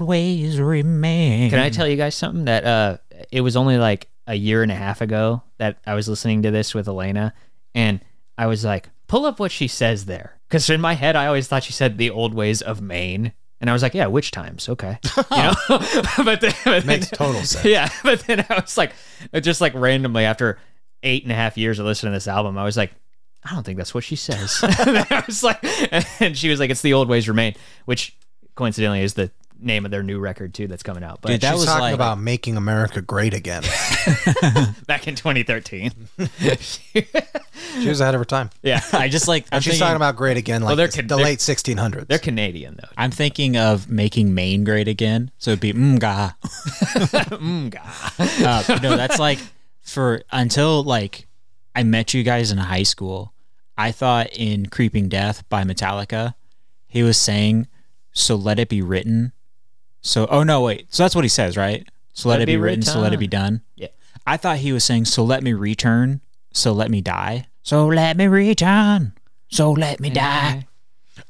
Speaker 3: ways remain.
Speaker 2: Can I tell you guys something that uh it was only like a year and a half ago that I was listening to this with Elena and I was like, pull up what she says there. Cause in my head I always thought she said the old ways of Maine. And I was like, yeah, witch times, okay. You know? but then, but then-
Speaker 1: makes total sense
Speaker 2: yeah, but then I was like, just like randomly after eight and a half years of listening to this album, I was like, I don't think that's what she says. and I was like, and she was like, it's the old ways remain, which coincidentally is the name of their new record too that's coming out, but
Speaker 3: Dude, that
Speaker 1: She's
Speaker 3: was
Speaker 1: talking
Speaker 3: like-
Speaker 1: about making America great again.
Speaker 2: back in 2013.
Speaker 1: She was ahead of her time.
Speaker 2: yeah,
Speaker 3: I just like. I'm
Speaker 1: She's
Speaker 3: thinking,
Speaker 1: talking about great again, like
Speaker 2: they're
Speaker 1: the
Speaker 2: con-
Speaker 1: the
Speaker 2: they're-
Speaker 1: late 1600s.
Speaker 2: they're Canadian though.
Speaker 3: I'm thinking of making Maine great again. So it'd be mga.
Speaker 2: Mm, God.
Speaker 3: Uh, no, that's like for until like I met you guys in high school. I thought in "Creeping Death" by Metallica, he was saying, "So let it be written." So oh no wait, so that's what he says right? So let, it be, written, so let it be done.
Speaker 2: Yeah.
Speaker 3: I thought he was saying, "So let me return, so let me die, so let me return, so let me die."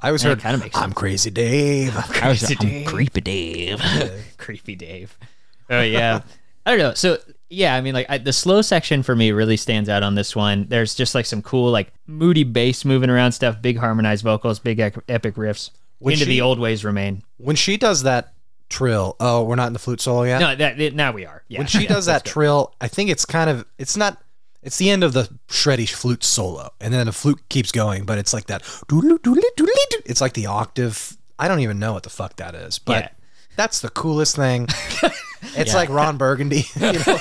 Speaker 1: I always heard,
Speaker 2: kinda makes
Speaker 1: I'm Crazy Dave.
Speaker 3: I was
Speaker 2: Crazy
Speaker 3: I'm
Speaker 2: Dave.
Speaker 3: creepy Dave.
Speaker 2: creepy Dave. Oh yeah, I don't know. So yeah, I mean, like I, the slow section for me really stands out on this one. There's just like some cool, like moody bass moving around stuff, big harmonized vocals, big ec- epic riffs.
Speaker 1: Would
Speaker 2: Into
Speaker 1: she-
Speaker 2: the old ways remain.
Speaker 1: when she does that trill oh we're not in the flute solo yet
Speaker 2: No, that, that- now we are. Yeah,
Speaker 1: when she
Speaker 2: yeah.
Speaker 1: does that trill i think it's kind of it's not It's the end of the shreddy flute solo, and then the flute keeps going, but it's like that. doodly, doodly, doodly, doo- It's like the octave. I don't even know what the fuck that is, but
Speaker 2: Yeah.
Speaker 1: that's the coolest thing. it's like Ron Burgundy. you know?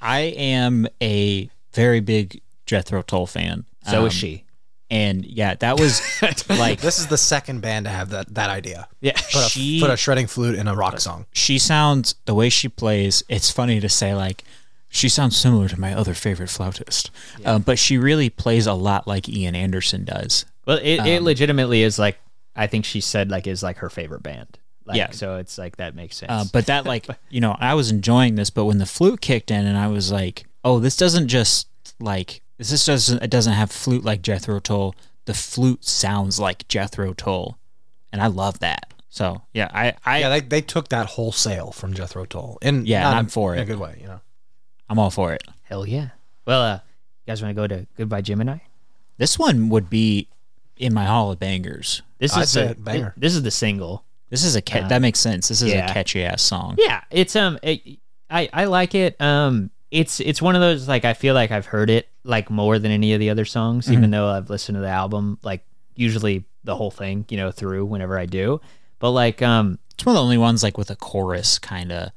Speaker 3: I am a very big Jethro Tull fan.
Speaker 2: So is
Speaker 3: Um,
Speaker 2: she.
Speaker 3: And yeah, that was like
Speaker 1: This is the second band to have that that idea.
Speaker 2: Yeah.
Speaker 1: Put a,
Speaker 3: She-
Speaker 1: put a shredding flute in a rock song.
Speaker 3: she sounds the way she plays. It's funny to say like she sounds similar to my other favorite flautist, um, but she really plays a lot like Ian Anderson does.
Speaker 2: Well, it, it legitimately is like I think she said like is like her favorite band. Like,
Speaker 3: Yeah.
Speaker 2: So it's like that makes sense.
Speaker 3: Uh, but that like you know I was enjoying this, but when the flute kicked in and I was like, oh, this doesn't just like this just doesn't it doesn't have flute like Jethro Tull. The flute sounds like Jethro Tull, and I love that. So yeah, I I
Speaker 1: Yeah, they, they took that wholesale from Jethro Tull, and
Speaker 3: Yeah,
Speaker 1: not
Speaker 3: and I'm
Speaker 1: in-
Speaker 3: for
Speaker 1: in a
Speaker 3: it.
Speaker 1: good way. You know,
Speaker 3: I'm all for it.
Speaker 2: Hell yeah. Well, uh, you guys want to go to Goodbye Gemini?
Speaker 3: This one would be in my hall of bangers.
Speaker 2: This
Speaker 1: I'd
Speaker 2: is
Speaker 1: say
Speaker 2: the,
Speaker 1: banger.
Speaker 2: This is the single.
Speaker 3: This is a ca- that makes sense. This is
Speaker 2: Uh, yeah.
Speaker 3: a catchy ass song.
Speaker 2: Yeah, it's um, it, I I like it. Um, it's it's one of those like I feel like I've heard it like more than any of the other songs, even though I've listened to the album like usually the whole thing, you know, through whenever I do. But like um,
Speaker 3: It's one of the only ones like with a chorus kind of.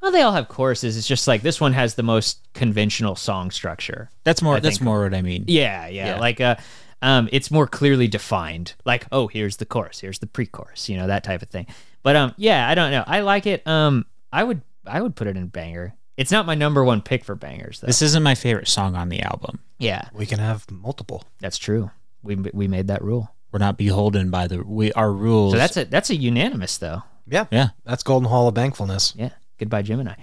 Speaker 2: well, they all have choruses. It's just like this one has the most conventional song structure.
Speaker 3: That's more.
Speaker 2: I
Speaker 3: that's
Speaker 2: think-
Speaker 3: more what I mean.
Speaker 2: Yeah, yeah,
Speaker 3: Yeah.
Speaker 2: like uh, um, it's more clearly defined. Like, oh, here's the chorus, here's the pre-chorus, you know, that type of thing. But um, yeah, I don't know. I like it. Um, I would I would put it in banger. It's not my number one pick for bangers though.
Speaker 3: This isn't my favorite song on the album.
Speaker 2: yeah,
Speaker 1: we can have multiple.
Speaker 2: that's true. We we made that rule.
Speaker 3: We're not beholden by the we our rules.
Speaker 2: So that's a that's a unanimous though.
Speaker 1: Yeah,
Speaker 3: yeah.
Speaker 1: that's Golden Hall of Bankfulness.
Speaker 2: Yeah. Goodbye Gemini.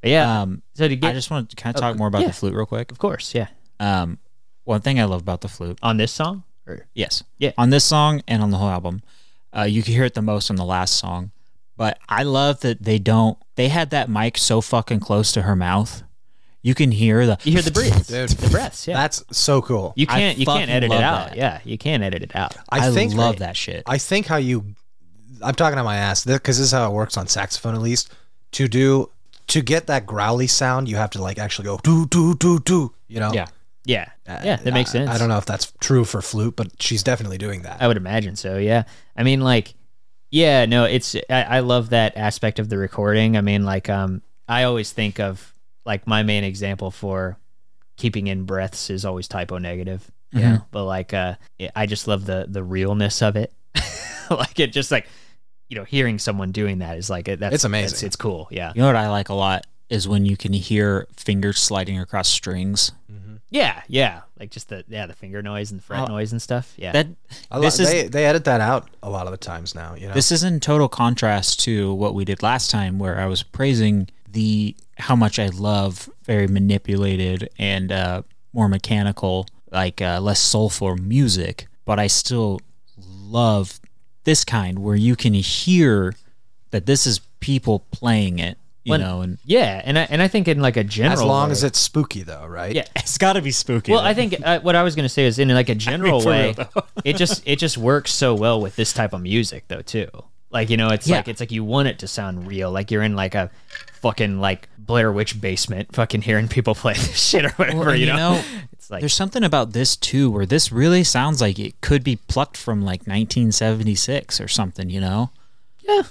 Speaker 2: But yeah.
Speaker 3: Um,
Speaker 2: so to get
Speaker 3: I just want to kind of talk more about
Speaker 2: Oh, yeah.
Speaker 3: the flute real quick.
Speaker 2: of course, yeah.
Speaker 3: Um, one thing I love about the flute.
Speaker 2: On this song? Or
Speaker 3: Yes.
Speaker 2: Yeah.
Speaker 3: On this song and on the whole album, uh, you can hear it the most on the last song. But I love that they don't. They had that mic so fucking close to her mouth. You can hear the.
Speaker 2: you hear the breaths.
Speaker 1: Dude.
Speaker 2: The breaths, yeah.
Speaker 1: That's so cool.
Speaker 2: you
Speaker 3: I
Speaker 2: can't you can't
Speaker 3: fucking
Speaker 2: edit it
Speaker 3: love
Speaker 2: out.
Speaker 3: that.
Speaker 2: Yeah, you can't edit it out.
Speaker 3: I,
Speaker 1: I, think
Speaker 3: love that shit.
Speaker 1: I think how you, I'm talking on my ass because this is how it works on saxophone at least. To do to get that growly sound, you have to like actually go do do do do. You know.
Speaker 3: Yeah.
Speaker 2: Yeah.
Speaker 1: Uh,
Speaker 2: Yeah, that makes
Speaker 1: I-
Speaker 2: sense. Oh.
Speaker 1: I don't know if that's true for flute, but she's definitely doing that.
Speaker 2: I would imagine so. Yeah. I mean, like, yeah, no, it's I, I love that aspect of the recording. I mean, like, um, I always think of like my main example for keeping in breaths is always typo negative.
Speaker 3: Mm-hmm.
Speaker 2: Yeah, but like, uh, it, I just love the the realness of it. like it just like you know hearing someone doing that is like it, that's
Speaker 1: It's amazing.
Speaker 2: It's, it's cool. Yeah.
Speaker 3: You know what I like a lot is when you can hear fingers sliding across strings.
Speaker 1: Mm-hmm.
Speaker 2: Yeah. Yeah. Like just the yeah the finger noise and the fret
Speaker 3: Oh.
Speaker 2: noise and stuff. Yeah.
Speaker 3: That
Speaker 1: I lo-
Speaker 3: this is
Speaker 1: they they edit that out a lot of the times now. You know.
Speaker 3: this is in total contrast to what we did last time, where I was praising the how much I love very manipulated and uh, more mechanical, like uh, less soulful music. But I still love this kind where you can hear that this is people playing it. You
Speaker 2: When-
Speaker 3: know, and
Speaker 2: yeah, and I and I think in like a general
Speaker 1: as long
Speaker 2: way-
Speaker 1: as it's spooky though, right?
Speaker 2: Yeah.
Speaker 3: it's got to be spooky.
Speaker 2: Well, I think uh, what I was going to say is in like a general
Speaker 3: for real,
Speaker 2: way, it just it just works so well with this type of music though too. Like you know, it's
Speaker 3: Yeah.
Speaker 2: like it's like you want it to sound real, like you're in like a fucking like Blair Witch basement, fucking hearing people play this shit or whatever.
Speaker 3: and
Speaker 2: you,
Speaker 3: you
Speaker 2: know?
Speaker 3: know,
Speaker 2: it's like
Speaker 3: There's something about this too, where this really sounds like it could be plucked from like 1976 or something. You know,
Speaker 2: yeah,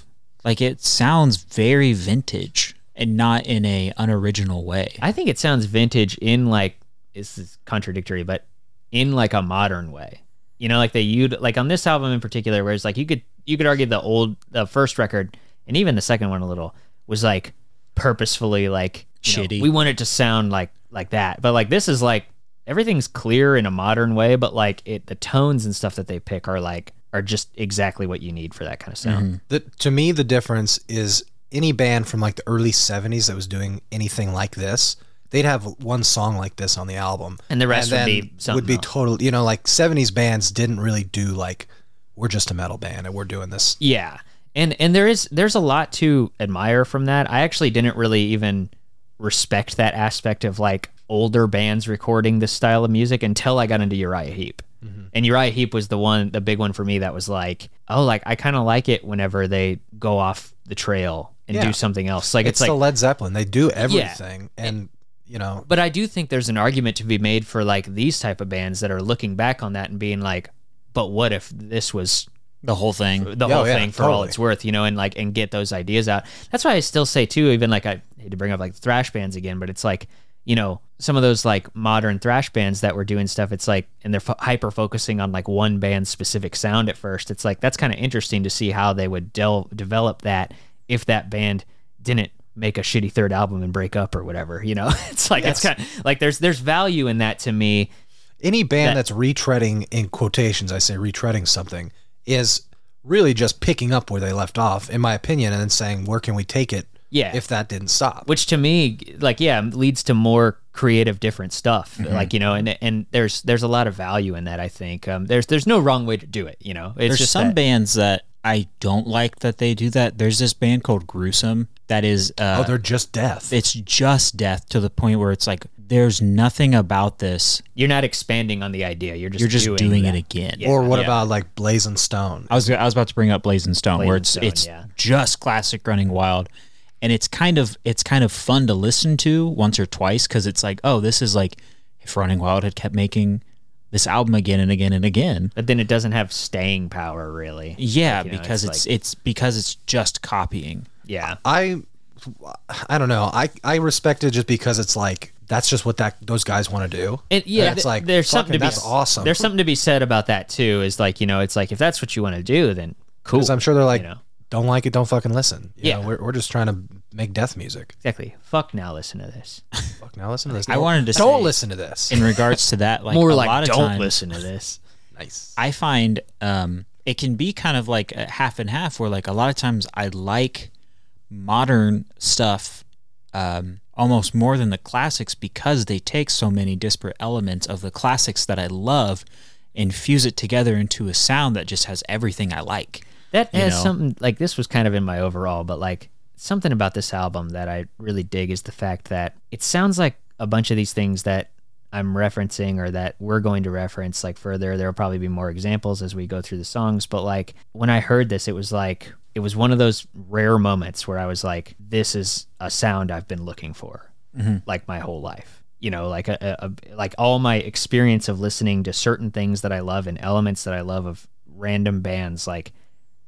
Speaker 3: like it sounds very vintage and not in a unoriginal way.
Speaker 2: I think it sounds vintage in like this is contradictory, but in like a modern way. You know, like they you'd like on this album in particular, where it's like you could you could argue the old the first record and even the second one a little was like purposefully like you know,
Speaker 3: Shitty.
Speaker 2: we want it to sound like like that, but like this is like everything's clear in a modern way, but like it the tones and stuff that they pick are like are just exactly what you need for that kind of sound.
Speaker 1: The, to me, the difference is any band from like the early '70s that was doing anything like this, they'd have one song like this on the album,
Speaker 2: And the rest
Speaker 1: and
Speaker 2: would
Speaker 1: then
Speaker 2: be something
Speaker 1: would be
Speaker 2: else.
Speaker 1: total. You know, like '70s bands didn't really do like we're just a metal band and we're doing this.
Speaker 2: Yeah. And and there is there's a lot to admire from that. I actually didn't really even respect that aspect of like older bands recording this style of music until I got into Uriah Heep.
Speaker 1: Mm-hmm.
Speaker 2: And Uriah Heep was the one the big one for me that was like, oh like I kind of like it whenever they go off the trail and
Speaker 1: Yeah.
Speaker 2: do something else. Like
Speaker 1: It's,
Speaker 2: it's, like
Speaker 1: the Led Zeppelin. They do everything, and you know,
Speaker 2: But I do think there's an argument to be made for like these type of bands that are looking back on that and being like, but what if this was
Speaker 3: The whole thing.
Speaker 2: the
Speaker 1: Yeah,
Speaker 2: whole
Speaker 1: yeah,
Speaker 2: thing for all
Speaker 1: totally.
Speaker 2: it's worth, you know, and like and get those ideas out. That's why I still say too, even like I hate to bring up like thrash bands again, but it's like you know some of those like modern thrash bands that were doing stuff. It's like and they're f- hyper focusing on like one band's specific sound at first. It's like that's kind of interesting to see how they would del- develop that if that band didn't make a shitty third album and break up or whatever. You know, it's like it's
Speaker 1: Yes.
Speaker 2: kind of like there's there's value in that to me.
Speaker 1: any band
Speaker 2: That-
Speaker 1: that's retreading in quotations, I say retreading something is really just picking up where they left off, in my opinion, and then saying where can we take it
Speaker 2: Yeah.
Speaker 1: if that didn't stop.
Speaker 2: which to me like yeah leads to more creative different stuff like you know and and there's there's a lot of value in that i think um there's there's no wrong way to do it you know it's
Speaker 3: There's
Speaker 2: just
Speaker 3: some
Speaker 2: that,
Speaker 3: bands that I don't like that they do that. There's this band called Gruesome that is
Speaker 1: oh,
Speaker 3: uh,
Speaker 1: they're just death.
Speaker 3: it's just death to the point where it's like there's nothing about this.
Speaker 2: you're not expanding on the idea you're just
Speaker 3: You're just doing,
Speaker 2: that.
Speaker 3: it again.
Speaker 1: or what
Speaker 2: yeah.
Speaker 1: about like Blazing Stone?
Speaker 3: I was I was about to bring up Blazing Stone, where it's
Speaker 2: Blazing
Speaker 3: it's
Speaker 2: Stone, yeah.
Speaker 3: just classic Running Wild, and it's kind of it's kind of fun to listen to once or twice because it's like oh this is like if Running Wild had kept making this album again and again and again.
Speaker 2: but then it doesn't have staying power really
Speaker 3: Yeah,
Speaker 2: you know,
Speaker 3: because
Speaker 2: it's
Speaker 3: it's it's because it's just copying.
Speaker 2: yeah
Speaker 1: I I don't know. I I respect it just because it's like that's just what that those guys want to do.
Speaker 2: It, yeah,
Speaker 1: it's
Speaker 2: th-
Speaker 1: like,
Speaker 2: there's something to
Speaker 1: fucking
Speaker 2: be
Speaker 1: that's awesome.
Speaker 2: There's something to be said about that too. Is like you know, it's like if that's what you want to do, then cool.
Speaker 1: Because I'm sure they're like,
Speaker 2: you know?
Speaker 1: don't like it, don't fucking listen. You
Speaker 2: Yeah.
Speaker 1: know, we're, we're just trying to make death music.
Speaker 2: exactly. Fuck now, listen to this.
Speaker 1: Fuck, now listen to this.
Speaker 3: I wanted to
Speaker 1: don't
Speaker 3: say-
Speaker 1: listen to this.
Speaker 3: In regards to that, like
Speaker 2: More
Speaker 3: a lot
Speaker 2: like
Speaker 3: of
Speaker 2: don't
Speaker 3: times,
Speaker 2: listen to this.
Speaker 1: nice.
Speaker 3: I find um, it can be kind of like a half and half, where like a lot of times I like modern stuff um, almost more than the classics because they take so many disparate elements of the classics that I love and fuse it together into a sound that just has everything I like.
Speaker 2: That
Speaker 3: you
Speaker 2: has
Speaker 3: know?
Speaker 2: something like this was kind of in my overall, but like something about this album that I really dig is the fact that it sounds like a bunch of these things that I'm referencing or that we're going to reference like further. There will probably be more examples as we go through the songs, but like when I heard this, it was like it was one of those rare moments where I was like, this is a sound I've been looking for
Speaker 3: Mm-hmm.
Speaker 2: like my whole life. You know, like a, a, a like all my experience of listening to certain things that I love and elements that I love of random bands like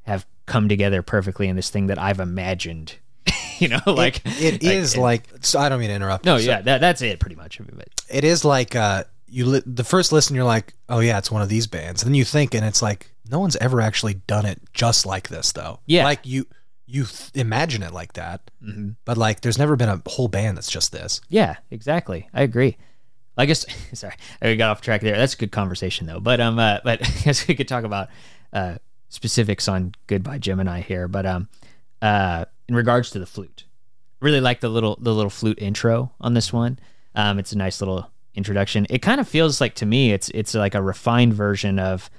Speaker 2: have come together perfectly in this thing that I've imagined. you know, like
Speaker 1: it is like, so I don't mean to interrupt.
Speaker 2: no,
Speaker 1: So
Speaker 2: yeah, that, that's it pretty much. But
Speaker 1: It is like uh, you li- the first listen, you're like, oh yeah, it's one of these bands. And then you think, and it's like, no one's ever actually done it just like this though.
Speaker 2: Yeah.
Speaker 1: like you you th- imagine it like that, but like there's never been a whole band that's just this.
Speaker 2: Yeah, exactly. I agree. I guess sorry, I got off track there. That's a good conversation though. But um, uh, but I guess we could talk about uh specifics on Goodbye Gemini here. But um, uh, in regards to the flute, really like the little the little flute intro on this one. Um, it's a nice little introduction. It kind of feels like to me, it's it's like a refined version of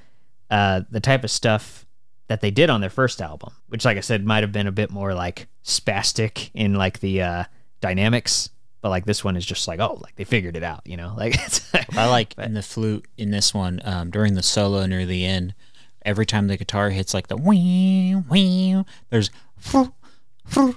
Speaker 2: uh the type of stuff that they did on their first album, which, like I said, might have been a bit more like spastic in like the uh, dynamics. But like this one is just like, oh, like they figured it out, you know? Like, it's
Speaker 3: I like
Speaker 2: But-
Speaker 3: in the flute in this one um, during the solo near the end. Every time the guitar hits like the wee wee, there's going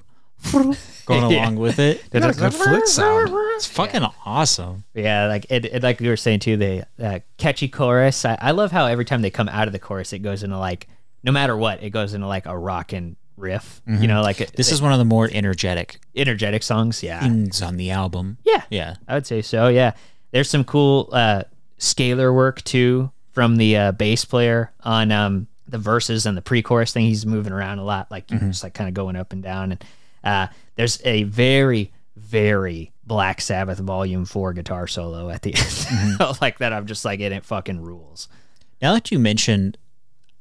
Speaker 2: Yeah.
Speaker 3: along with it.
Speaker 1: Got a good flute sound.
Speaker 3: It's fucking awesome.
Speaker 2: yeah, like it, it, like you were saying too, the uh, catchy chorus. I, I love how every time they come out of the chorus, it goes into like, no matter what, it goes into like a rockin' riff, you know? Like
Speaker 3: This is one of the more energetic
Speaker 2: energetic songs, yeah,
Speaker 3: things on the album.
Speaker 2: yeah,
Speaker 3: Yeah.
Speaker 2: I would say so. Yeah, there's some cool uh, scalar work too from the uh, bass player on um, the verses and the pre-chorus thing. He's moving around a lot, like you know, just like kind of going up and down. And uh, there's a very, very Black Sabbath Volume Four guitar solo at the end, like that. I'm just like, it, it fucking rules.
Speaker 3: Now that you mentioned,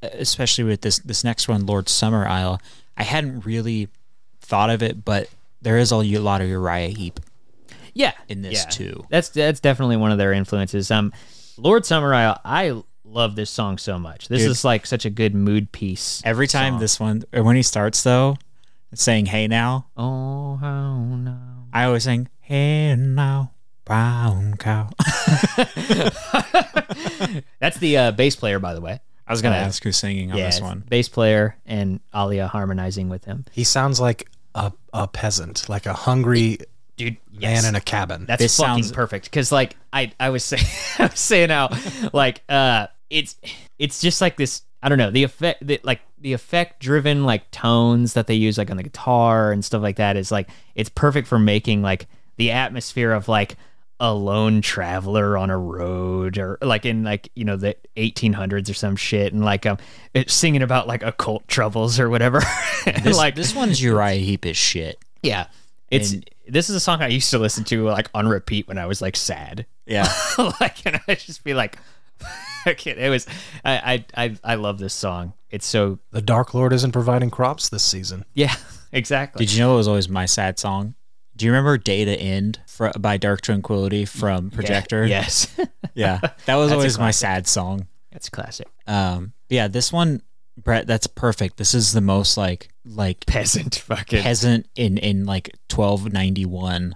Speaker 3: uh, especially with this this next one, Lord Summer Isle, I hadn't really thought of it, but there is a lot of Uriah Heep.
Speaker 2: yeah
Speaker 3: in this too.
Speaker 2: that's that's definitely one of their influences um lord summer Isle, i love this song so much this
Speaker 3: Dude.
Speaker 2: is like such a good mood piece
Speaker 3: Every time this one, or when he starts though, saying "Hey now,"
Speaker 2: oh how no
Speaker 3: I always sing "Hey now, brown cow."
Speaker 2: that's the uh, bass player by the way
Speaker 3: I was gonna
Speaker 2: Uh,
Speaker 3: ask who's singing on
Speaker 2: yeah
Speaker 3: this
Speaker 2: it's
Speaker 3: one.
Speaker 2: bass player and alia harmonizing with him
Speaker 1: He sounds like a, a peasant, like a hungry
Speaker 2: dude
Speaker 1: man in a cabin.
Speaker 2: That's
Speaker 3: This
Speaker 2: fucking
Speaker 3: sounds-
Speaker 2: perfect. Cause like I, I was saying, I was saying how like uh, it's it's just like this. I don't know the effect, the, like the effect driven like tones that they use like on the guitar and stuff like that is like it's perfect for making like the atmosphere of like a lone traveler on a road or like in like you know the 1800s or some shit and like um it's singing about like occult troubles or whatever
Speaker 3: This,
Speaker 2: like
Speaker 3: this one's Uriah Heep is shit.
Speaker 2: yeah it's
Speaker 3: And-
Speaker 2: this is a song i used to listen to like on repeat when i was like sad
Speaker 3: Yeah.
Speaker 2: like and I just be like, okay, it was I I I, I love this song. It's so
Speaker 1: the Dark Lord isn't providing crops this season.
Speaker 2: yeah, exactly.
Speaker 3: Did you know it was always my sad song? Do you remember "Day to End" fr- by Dark Tranquility from Projector?
Speaker 2: Yes,
Speaker 3: yeah. That was
Speaker 2: That's a
Speaker 3: always my sad song.
Speaker 2: that's classic
Speaker 3: Um, but yeah, this one, Brett, that's perfect. This is the most like like
Speaker 2: peasant fucking.
Speaker 3: peasant in in like 1291.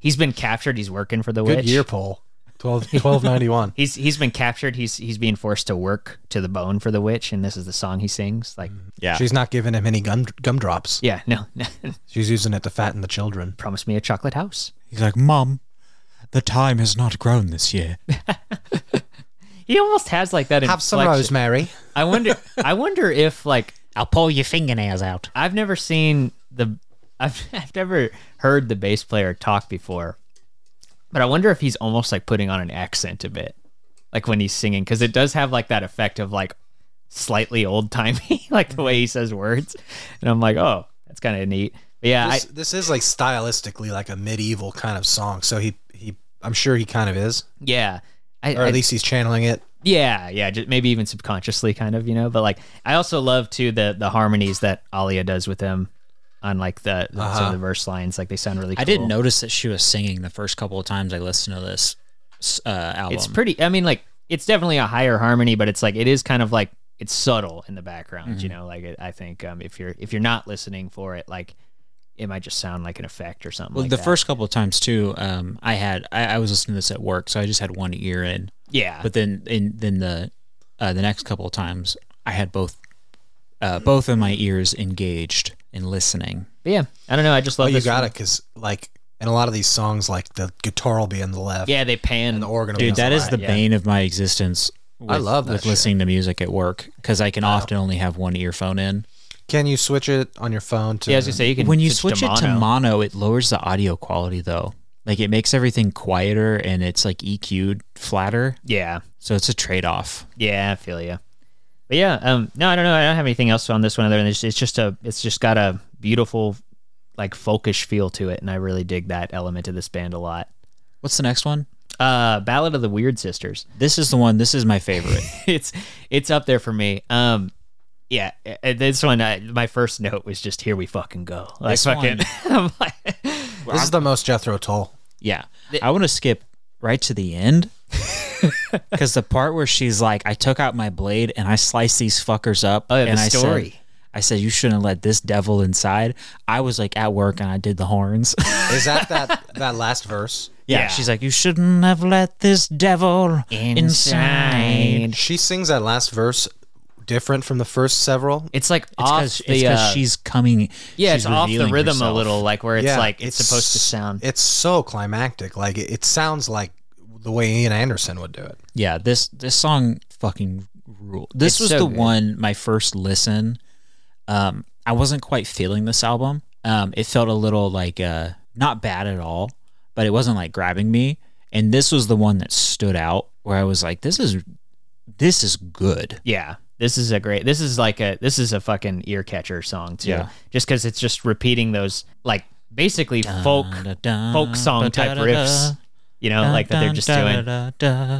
Speaker 2: he's been captured. He's working for the
Speaker 1: Good
Speaker 2: witch.
Speaker 1: year, Paul. 12, 1291.
Speaker 2: He's he's been captured. He's he's being forced to work to the bone for the witch, and this is the song he sings. Like
Speaker 3: Yeah.
Speaker 1: She's not giving him any gum, gumdrops.
Speaker 2: yeah, no,
Speaker 1: She's using it to fatten the children.
Speaker 2: promise me a chocolate house.
Speaker 3: He's like, "Mom, the time has not grown this year."
Speaker 2: He almost has like that.
Speaker 1: Have some
Speaker 2: inflection.
Speaker 1: rosemary.
Speaker 2: I wonder. I wonder if like
Speaker 3: I'll pull your fingernails out.
Speaker 2: I've never seen the I've, I've never heard the bass player talk before. But I wonder if he's almost like putting on an accent a bit. Like when he's singing cuz it does have like that effect of like slightly old-timey like the way he says words. And I'm like, "Oh, that's kind of neat." But yeah,
Speaker 1: This, this is like stylistically like a medieval kind of song. So he, he, I'm sure he kind of is,
Speaker 2: I yeah. I,
Speaker 1: or
Speaker 2: I-
Speaker 1: at least he's channeling it.
Speaker 2: yeah, yeah, just maybe even subconsciously kind of, you know, but like I also love too the the harmonies that Alia does with him on like the, the- some
Speaker 1: Uh-huh.
Speaker 2: of the verse lines like they sound really cool.
Speaker 3: I didn't notice that she was singing the first couple of times I listened to this s- uh, album.
Speaker 2: It's pretty. I mean, like it's definitely a higher harmony, but it's like it is kind of like it's subtle in the background.
Speaker 3: Mm-hmm.
Speaker 2: You know, like it, I think um, if you're if you're not listening for it, like it might just sound like an effect or something.
Speaker 3: Well,
Speaker 2: like
Speaker 3: the
Speaker 2: that.
Speaker 3: first couple of times too, um, I had I, I was listening to this at work, so I just had one ear in.
Speaker 2: yeah,
Speaker 3: But then in then the uh, the next couple of times, I had both uh, both of my ears engaged in listening.
Speaker 2: But yeah. I don't know. I just love
Speaker 1: Well, you
Speaker 2: this
Speaker 1: got
Speaker 2: one.
Speaker 1: it because like in a lot of these songs, like the guitar will be in the left,
Speaker 2: Yeah, they pan.
Speaker 1: and the organ. will be
Speaker 3: Dude,
Speaker 1: on
Speaker 3: that is
Speaker 1: right.
Speaker 3: the
Speaker 2: yeah.
Speaker 3: bane of my existence. With,
Speaker 1: I love that
Speaker 3: with
Speaker 1: shit.
Speaker 3: listening to music at work because I can often only have one earphone in.
Speaker 1: Can you switch it on your phone to?
Speaker 2: yeah, I was gonna say you can
Speaker 3: When you
Speaker 2: switch,
Speaker 3: switch, it to mono, it lowers the audio quality though. Like it makes everything quieter and it's like EQ'd flatter,
Speaker 2: Yeah,
Speaker 3: so it's a trade off.
Speaker 2: yeah, I feel you. But yeah, um, no, I don't know. I don't have anything else on this one other than it's, it's just a, it's just got a beautiful, like folkish feel to it, and I really dig that element of this band a lot.
Speaker 3: What's the next one?
Speaker 2: Uh, Ballad of the Weird Sisters.
Speaker 3: This is the one. This is my favorite.
Speaker 2: it's it's up there for me. Um, yeah, uh, uh, this one, I, my first note was just "Here we fucking go." Like
Speaker 3: This
Speaker 2: fucking,
Speaker 3: one-
Speaker 2: I'm like-
Speaker 1: This is the most Jethro Tull.
Speaker 3: yeah, I want to skip right to the end because the part where she's like, "I took out my blade and I sliced these fuckers up."
Speaker 2: Oh, yeah, the
Speaker 3: and I
Speaker 2: story.
Speaker 3: Said, I said, "You shouldn't let this devil inside." I was like at work and I did the horns. yeah,
Speaker 1: Is that that that last verse?
Speaker 2: Yeah.
Speaker 3: she's like, "You shouldn't have let this devil inside."
Speaker 2: insane.
Speaker 1: She sings that last verse different from the first several.
Speaker 2: It's like
Speaker 3: It's
Speaker 2: off
Speaker 3: because
Speaker 2: the uh,
Speaker 3: she's coming.
Speaker 2: yeah,
Speaker 3: she's
Speaker 2: it's off the
Speaker 3: revealing
Speaker 2: rhythm a
Speaker 3: herself.
Speaker 2: little, like where it's like it's, supposed to sound.
Speaker 1: It's so climactic. Like it, it sounds like the way Ian Anderson would do it.
Speaker 3: Yeah, this this song fucking rule. This
Speaker 2: It's
Speaker 3: was
Speaker 2: so
Speaker 3: the
Speaker 2: good.
Speaker 3: one my first listen. Um, I wasn't quite feeling this album. Um, it felt a little like uh, not bad at all, but it wasn't like grabbing me. And this was the one that stood out where I was like, this is this is good.
Speaker 2: yeah, this is a great. This is like a this is a fucking ear catcher song too.
Speaker 3: Yeah.
Speaker 2: Just because it's just repeating those like basically folk
Speaker 3: Uh,
Speaker 2: folk song type riffs. You know, like that they're just doing.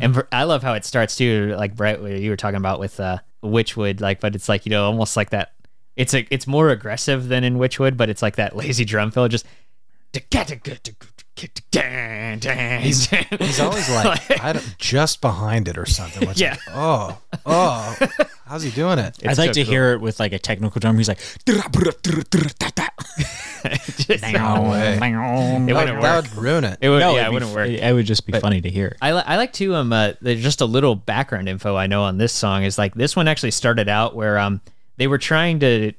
Speaker 2: And ver- I love how it starts too, like Brett, what you were talking about with uh, Witchwood, like, but it's like you know, almost like that. It's a, it's more aggressive than in Witchwood, but it's like that lazy drum fill, just. He's,
Speaker 1: He's always like, I don't, just behind it or something. Which
Speaker 2: Yeah.
Speaker 1: like, oh, oh, how's he doing it?
Speaker 3: I'd like to hear it with like a technical drum. He's like,
Speaker 1: way.
Speaker 2: It
Speaker 1: That, that
Speaker 2: wouldn't work.
Speaker 1: would ruin it.
Speaker 2: It would,
Speaker 3: No,
Speaker 2: yeah, it
Speaker 3: it'd be-
Speaker 2: wouldn't work.
Speaker 3: It, it would just be funny to hear.
Speaker 2: I, li- I like to um uh, there's just a little background info I know on this song is like this one actually started out where um they were trying to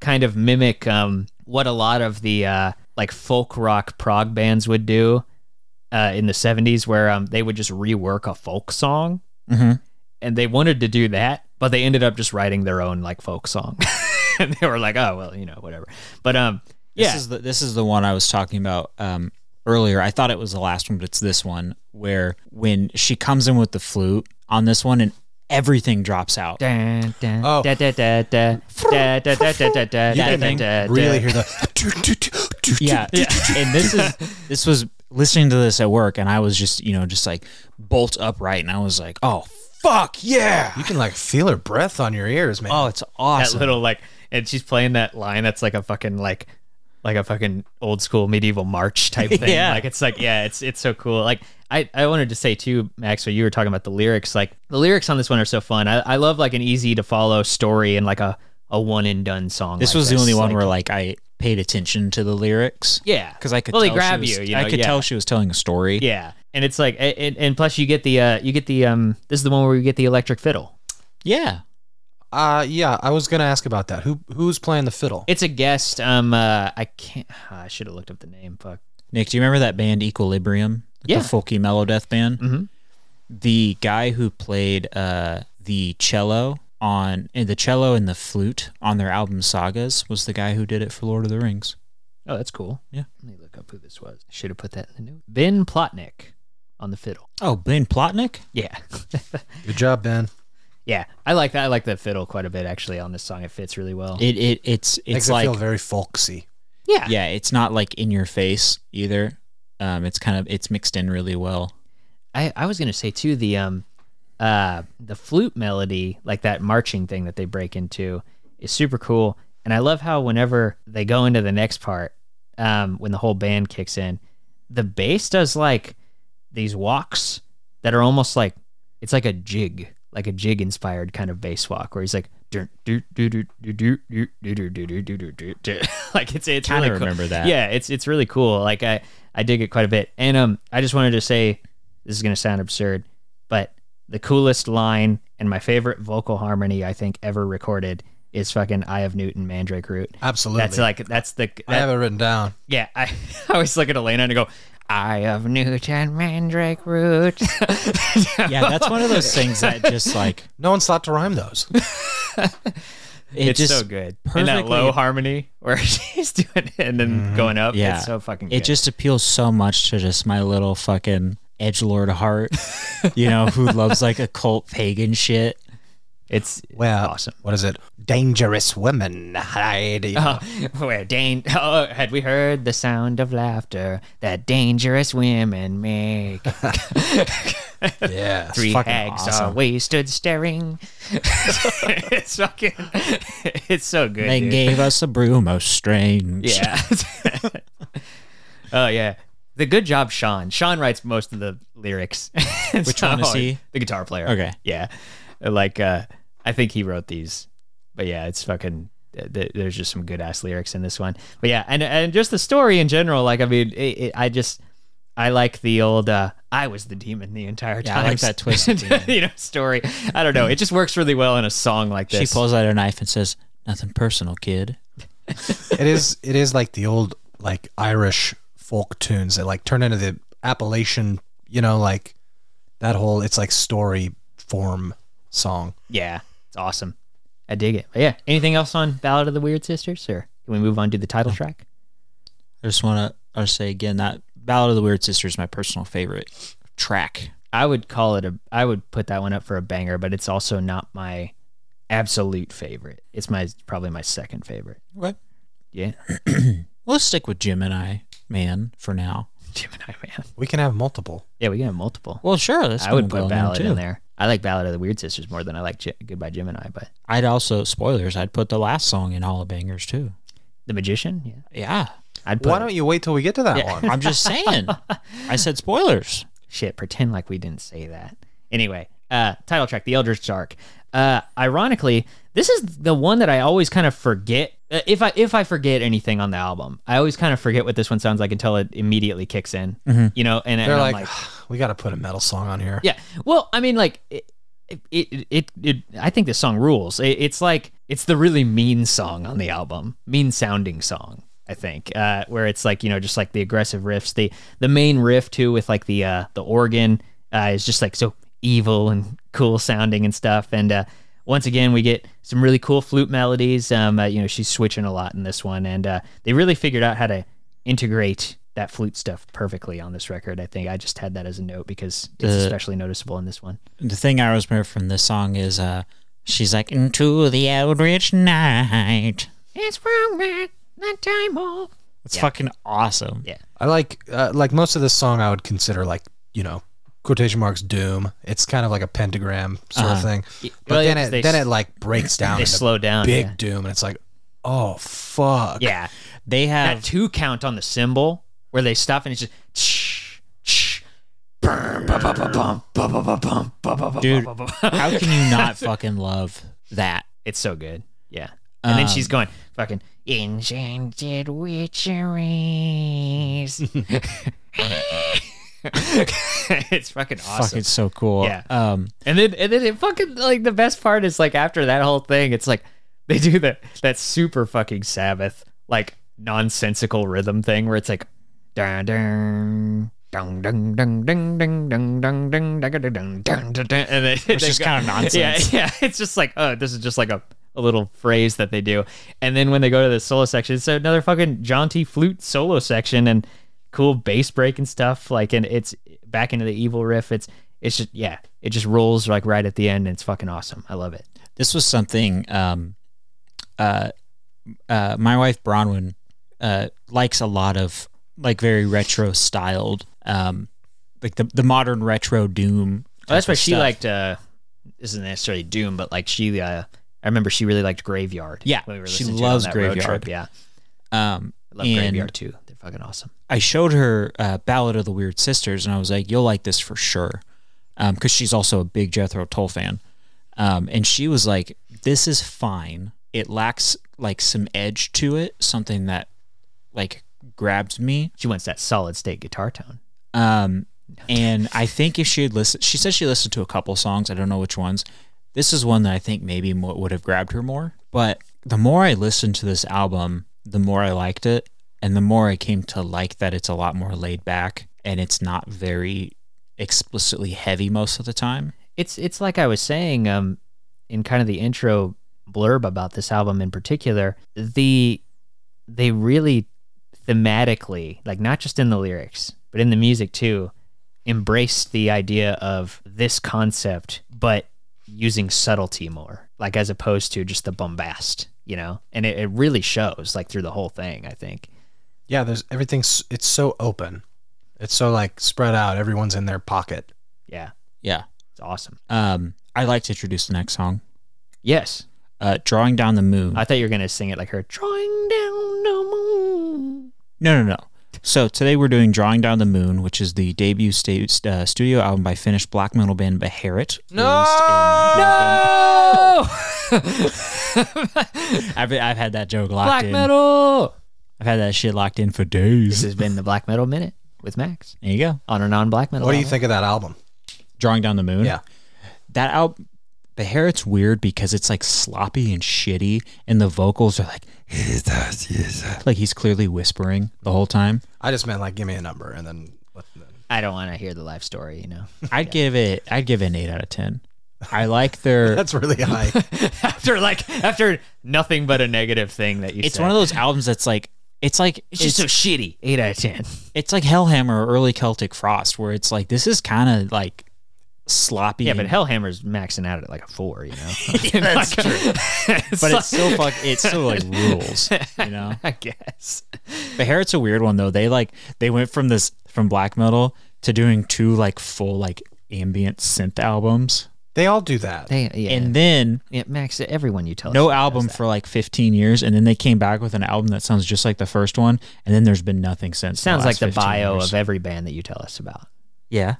Speaker 2: kind of mimic um what a lot of the uh like folk rock prog bands would do uh, in the 70s, where um, they would just rework a folk song.
Speaker 3: Mm-hmm.
Speaker 2: And they wanted to do that, but they ended up just writing their own like folk song. and they were like, oh, well, you know, whatever. But um,
Speaker 3: This
Speaker 2: yeah,
Speaker 3: is the this is the one I was talking about um, earlier. I thought it was the last one, but it's this one where when she comes in with the flute on this one and everything drops out.
Speaker 2: Dun, dun,
Speaker 1: Oh.
Speaker 2: da, da, da, da, da, da, da, da, da, da,
Speaker 3: Yeah,
Speaker 2: da,
Speaker 3: I
Speaker 2: da,
Speaker 3: think
Speaker 2: da, da.
Speaker 1: Really hear the.
Speaker 3: Yeah. and this is this was listening to this at work and I was just, you know, just like bolt upright and I was like, "Oh, fuck, yeah."
Speaker 1: You can like feel her breath on your ears, man.
Speaker 3: Oh, it's
Speaker 2: that
Speaker 3: awesome.
Speaker 2: little like and she's playing that line that's like a fucking like like a fucking old school medieval march type thing
Speaker 3: Yeah.
Speaker 2: like it's like yeah it's it's so cool like I, I wanted to say too maxwell you were talking about the lyrics like the lyrics on this one are so fun i, I love like an easy to follow story and like a, a one and done song
Speaker 3: this
Speaker 2: like
Speaker 3: was the only one
Speaker 2: Like,
Speaker 3: where like I paid attention to the lyrics
Speaker 2: yeah
Speaker 3: cuz I could
Speaker 2: Well, they
Speaker 3: tell
Speaker 2: grab
Speaker 3: she was,
Speaker 2: you, you know,
Speaker 3: I could
Speaker 2: yeah.
Speaker 3: tell she was telling a story.
Speaker 2: yeah and it's like a- and, and plus you get the uh you get the um this is the one where you get the electric fiddle
Speaker 3: Yeah.
Speaker 1: Uh, yeah, I was gonna ask about that. Who who's playing the fiddle?
Speaker 2: it's a guest um uh i can't i should have looked up the name fuck
Speaker 3: Nick, do you remember that band Equilibrium?
Speaker 2: Yeah.
Speaker 3: The folky mellow death band?
Speaker 2: Mhm.
Speaker 3: The guy who played uh, the cello on and the cello and the flute on their album Sagas was the guy who did it for Lord of the Rings.
Speaker 2: Oh, that's cool.
Speaker 3: Yeah.
Speaker 2: Let me look up who this was. I should have put that in the note. Ben Plotnick on the fiddle.
Speaker 3: Oh, Ben Plotnick?
Speaker 2: Yeah.
Speaker 1: Good job, Ben.
Speaker 2: yeah. I like that. I like the fiddle quite a bit actually on this song. It fits really well.
Speaker 3: It it it's
Speaker 1: Makes
Speaker 3: it's
Speaker 1: it
Speaker 3: like
Speaker 1: feel very folksy.
Speaker 2: yeah.
Speaker 3: yeah, it's not like in your face either. Um, it's kind of it's mixed in really well.
Speaker 2: I, I was gonna say too, the um uh the flute melody, like that marching thing that they break into, is super cool. And I love how whenever they go into the next part, um, when the whole band kicks in, the bass does like these walks that are almost like it's like a jig, like a jig inspired kind of bass walk where he's like "Dun, dun, dun, dun, dun, dun, dun, dun, dun, dun, dun, dun, dun, dun, dun." like it's it's
Speaker 3: Kind of
Speaker 2: really cool.
Speaker 3: remember that.
Speaker 2: Yeah, it's it's really cool. Like I I dig it quite a bit. And um I just wanted to say this is going to sound absurd, but the coolest line and my favorite vocal harmony I think ever recorded is fucking "I of Newton Mandrake Root."
Speaker 1: Absolutely.
Speaker 2: That's like that's the
Speaker 1: I
Speaker 2: that-
Speaker 1: have it written down.
Speaker 2: yeah. I, I always look at Elena and I go, "I of Newton Mandrake Root."
Speaker 3: Yeah, that's one of those things that just like
Speaker 1: No one's thought to rhyme those.
Speaker 3: it
Speaker 2: it's
Speaker 3: just
Speaker 2: so good. And that
Speaker 3: perfectly- Mm-hmm.
Speaker 2: low harmony where she's doing it and then going up.
Speaker 3: Yeah.
Speaker 2: It's so fucking good.
Speaker 3: It just appeals so much to just my little fucking edge lord heart, you know, who loves like occult pagan shit.
Speaker 2: it's
Speaker 1: Well,
Speaker 2: awesome.
Speaker 1: What is it? Dangerous women hide.
Speaker 2: Oh, where dan- oh, had we heard the sound of laughter that dangerous women make?
Speaker 1: yeah, it's
Speaker 2: Three
Speaker 1: fucking
Speaker 2: hags uh,
Speaker 1: awesome.
Speaker 2: always stood staring. it's fucking, it's so good.
Speaker 3: They
Speaker 2: dude.
Speaker 3: gave us a broom of strange.
Speaker 2: Yeah. oh yeah. The good job, Sean. Sean writes most of the lyrics. Which
Speaker 3: one is he?
Speaker 2: The guitar player.
Speaker 3: Okay.
Speaker 2: Yeah. Like uh, I think he wrote these, but yeah, it's fucking. th- th- There's just some good ass lyrics in this one, but yeah, and and just the story in general. Like I mean, it, it, I just I like the old uh, I was the demon the entire
Speaker 3: Yeah, I
Speaker 2: time.
Speaker 3: like that twist at the end.
Speaker 2: you know, story. I don't know. It just works really well in a song like
Speaker 3: She
Speaker 2: this.
Speaker 3: pulls out her knife and says, Nothing personal, kid.
Speaker 1: it is. It is like the old like Irish folk tunes that like turn into the Appalachian. You know, like that whole. It's like story form song.
Speaker 2: Yeah, it's awesome. I dig it. But yeah, anything else on Ballad of the Weird Sisters, or can we move on to the title track?
Speaker 3: I just want to say again that Ballad of the Weird Sister is my personal favorite track.
Speaker 2: I would call it a. I would put that one up for a banger, but it's also not my absolute favorite. It's my probably my second favorite.
Speaker 3: What?
Speaker 2: Yeah,
Speaker 3: Well, let's stick with Jim and I, man, for now.
Speaker 2: Gemini Man.
Speaker 1: We can have multiple.
Speaker 2: Yeah, we can have multiple.
Speaker 3: Well, sure. That's
Speaker 2: I would put Ballad in there. I like Ballad of the Weird Sisters more than I like G- Goodbye Gemini, but
Speaker 3: I'd also, spoilers, I'd put the last song in Hall of Bangers too.
Speaker 2: The Magician. Yeah,
Speaker 3: Yeah.
Speaker 2: I'd put
Speaker 1: Why don't you wait till we get to that
Speaker 2: Yeah.
Speaker 1: one?
Speaker 3: I'm just saying. I said spoilers.
Speaker 2: shit pretend like we didn't say that anyway uh title track the elder's dark uh ironically this is the one that i always kind of forget uh, if i if i forget anything on the album i always kind of forget what this one sounds like until it immediately kicks in you know and, and
Speaker 1: Mm-hmm. They're
Speaker 2: I'm
Speaker 1: like,
Speaker 2: like
Speaker 1: we got to put a metal song on here.
Speaker 2: yeah. Well, I mean, like it, it, it, it, I think this song rules. It, it's like it's the really mean song on the album, mean sounding song. I think, uh, where it's like you know just like the aggressive riffs. The the main riff too with like the uh, the organ uh, is just like so evil and cool sounding and stuff. And uh, once again, we get some really cool flute melodies. Um, uh, you know she's switching a lot in this one, and uh, they really figured out how to integrate that flute stuff perfectly on this record. I think I just had that as a note because it's
Speaker 3: The-
Speaker 2: especially noticeable in this one.
Speaker 3: The thing I always remember from this song is uh, she's like, Into the Eldritch Night.
Speaker 2: It's wrong, man. That time off.
Speaker 3: It's fucking awesome.
Speaker 2: Yeah.
Speaker 1: I like uh, like most of this song. I would consider like you know quotation marks doom. It's kind of like a pentagram sort of
Speaker 3: Uh-huh.
Speaker 1: thing.
Speaker 2: Y-
Speaker 1: But
Speaker 2: well,
Speaker 1: then
Speaker 2: yes,
Speaker 1: it
Speaker 2: they
Speaker 1: then
Speaker 2: s-
Speaker 1: it like breaks down
Speaker 2: they
Speaker 1: into
Speaker 2: slow down.
Speaker 1: big
Speaker 2: yeah.
Speaker 1: doom, and it's like oh fuck
Speaker 2: Yeah.
Speaker 3: They
Speaker 2: That
Speaker 3: have
Speaker 2: two count on the cymbal where they stop and it's just. Tsh, tsh, brr, ba, ba, ba, bum, ba, ba, ba, bum, ba, ba, ba,
Speaker 3: Dude.
Speaker 2: ba, ba, ba.
Speaker 3: How can you not fucking love that?
Speaker 2: It's so good. Yeah. And then
Speaker 3: Um,
Speaker 2: she's going fucking enchanted witcheries. it's fucking awesome.
Speaker 3: Fuck, it's so cool.
Speaker 2: Yeah.
Speaker 3: Um,
Speaker 2: And then and then it fucking like the best part is like after that whole thing, it's like they do that that super fucking Sabbath like nonsensical rhythm thing where it's like dun dun dun dun dun dun dun dun dun dun dun dun dun dun dun dun and then
Speaker 3: It's just kind of
Speaker 2: yeah,
Speaker 3: nonsense.
Speaker 2: yeah. It's just like, oh, this is just like a, a little phrase that they do. And then when they go to the solo section, it's another fucking jaunty flute solo section and cool bass break and stuff. Like, and it's back into the evil riff. It's, it's just, yeah, it just rolls like right at the end and it's fucking awesome. I love it.
Speaker 3: This was something um, uh, uh, my wife Bronwyn uh, likes a lot of like very retro styled, um, like the the modern retro doom.
Speaker 2: Well, Oh, that's
Speaker 3: type
Speaker 2: why
Speaker 3: of
Speaker 2: she
Speaker 3: stuff.
Speaker 2: liked, uh, isn't necessarily Doom, but like she, uh, I remember she really liked Graveyard.
Speaker 3: Yeah,
Speaker 2: when we were
Speaker 3: she
Speaker 2: listening to it on
Speaker 3: loves
Speaker 2: that road
Speaker 3: Graveyard.
Speaker 2: trip, Yeah.
Speaker 3: Um,
Speaker 2: I love
Speaker 3: And-
Speaker 2: Graveyard too. They're fucking awesome.
Speaker 3: I showed her uh, Ballad of the Weird Sisters, and I was like, "You'll like this for sure," because she's also a big Jethro Tull fan. Um, and she was like, "This is fine. It lacks like some edge to it, something that like grabs me."
Speaker 2: She wants that solid state guitar tone.
Speaker 3: Um, and I think if she had listened, she said she listened to a couple songs. I don't know which ones. This is one that I think maybe mo- would have grabbed her more. But the more I listened to this album, the more I liked it, and the more I came to like that it's a lot more laid back and it's not very explicitly heavy most of the time.
Speaker 2: it's it's like I was saying um in kind of the intro blurb about this album in particular the they really thematically like not just in the lyrics but in the music too embraced the idea of this concept but using subtlety more like as opposed to just the bombast you know and it, it really shows like through the whole thing I think
Speaker 1: yeah. There's everything's it's so open, it's so like spread out. Everyone's in their pocket.
Speaker 2: yeah
Speaker 3: Yeah.
Speaker 2: it's awesome
Speaker 3: Um, I'd like to introduce the next song,
Speaker 2: yes
Speaker 3: uh, "Drawing Down the Moon."
Speaker 2: I thought you were gonna sing it like her drawing down the moon
Speaker 3: No, no, no. So today we're doing "Drawing Down the Moon," which is the debut sta- uh, studio album by Finnish black metal band Beharit. No,
Speaker 2: No!
Speaker 3: I've, I've had that joke locked
Speaker 2: Black
Speaker 3: in.
Speaker 2: metal!
Speaker 3: I've had that shit locked in for
Speaker 2: This
Speaker 3: days.
Speaker 2: has been the Black Metal Minute with Max
Speaker 3: There you go.
Speaker 2: on a non black metal.
Speaker 1: What do you
Speaker 2: album.
Speaker 1: think of that album?
Speaker 3: "Drawing Down the Moon."
Speaker 1: Yeah.
Speaker 3: that album. Beharit's weird because it's like sloppy and shitty, and the vocals are like, like he's clearly whispering the whole time.
Speaker 1: I just meant like give me a number and then. What,
Speaker 2: I don't want to hear the life story, you know?
Speaker 3: I'd give it, I'd give it an eight out of ten. I like their
Speaker 1: that's really high.
Speaker 2: after, like, after nothing but a negative thing that you
Speaker 3: it's one of those albums that's like it's like
Speaker 2: It's just so shitty. 8 out of 10.
Speaker 3: it's like Hellhammer or early Celtic Frost, where it's like this is kind of like sloppy.
Speaker 2: Yeah, but
Speaker 3: and-
Speaker 2: Hellhammer's maxing out at like a 4, you know? that's true.
Speaker 3: but it's still fuck. It's still like rules, you know.
Speaker 2: I guess.
Speaker 3: But Harrods a weird one though. They like they went from this from black metal to doing two like full like ambient synth albums,
Speaker 1: they all do that.
Speaker 2: They, yeah.
Speaker 3: and then
Speaker 2: yeah, Max, everyone you tell.
Speaker 3: no
Speaker 2: us
Speaker 3: album
Speaker 2: does that.
Speaker 3: for like 15 years, and then they came back with an album that sounds just like the first one, and then there's been nothing since. in
Speaker 2: Sounds like
Speaker 3: last
Speaker 2: the
Speaker 3: 15
Speaker 2: bio
Speaker 3: years.
Speaker 2: of every band that you tell us about.
Speaker 3: yeah.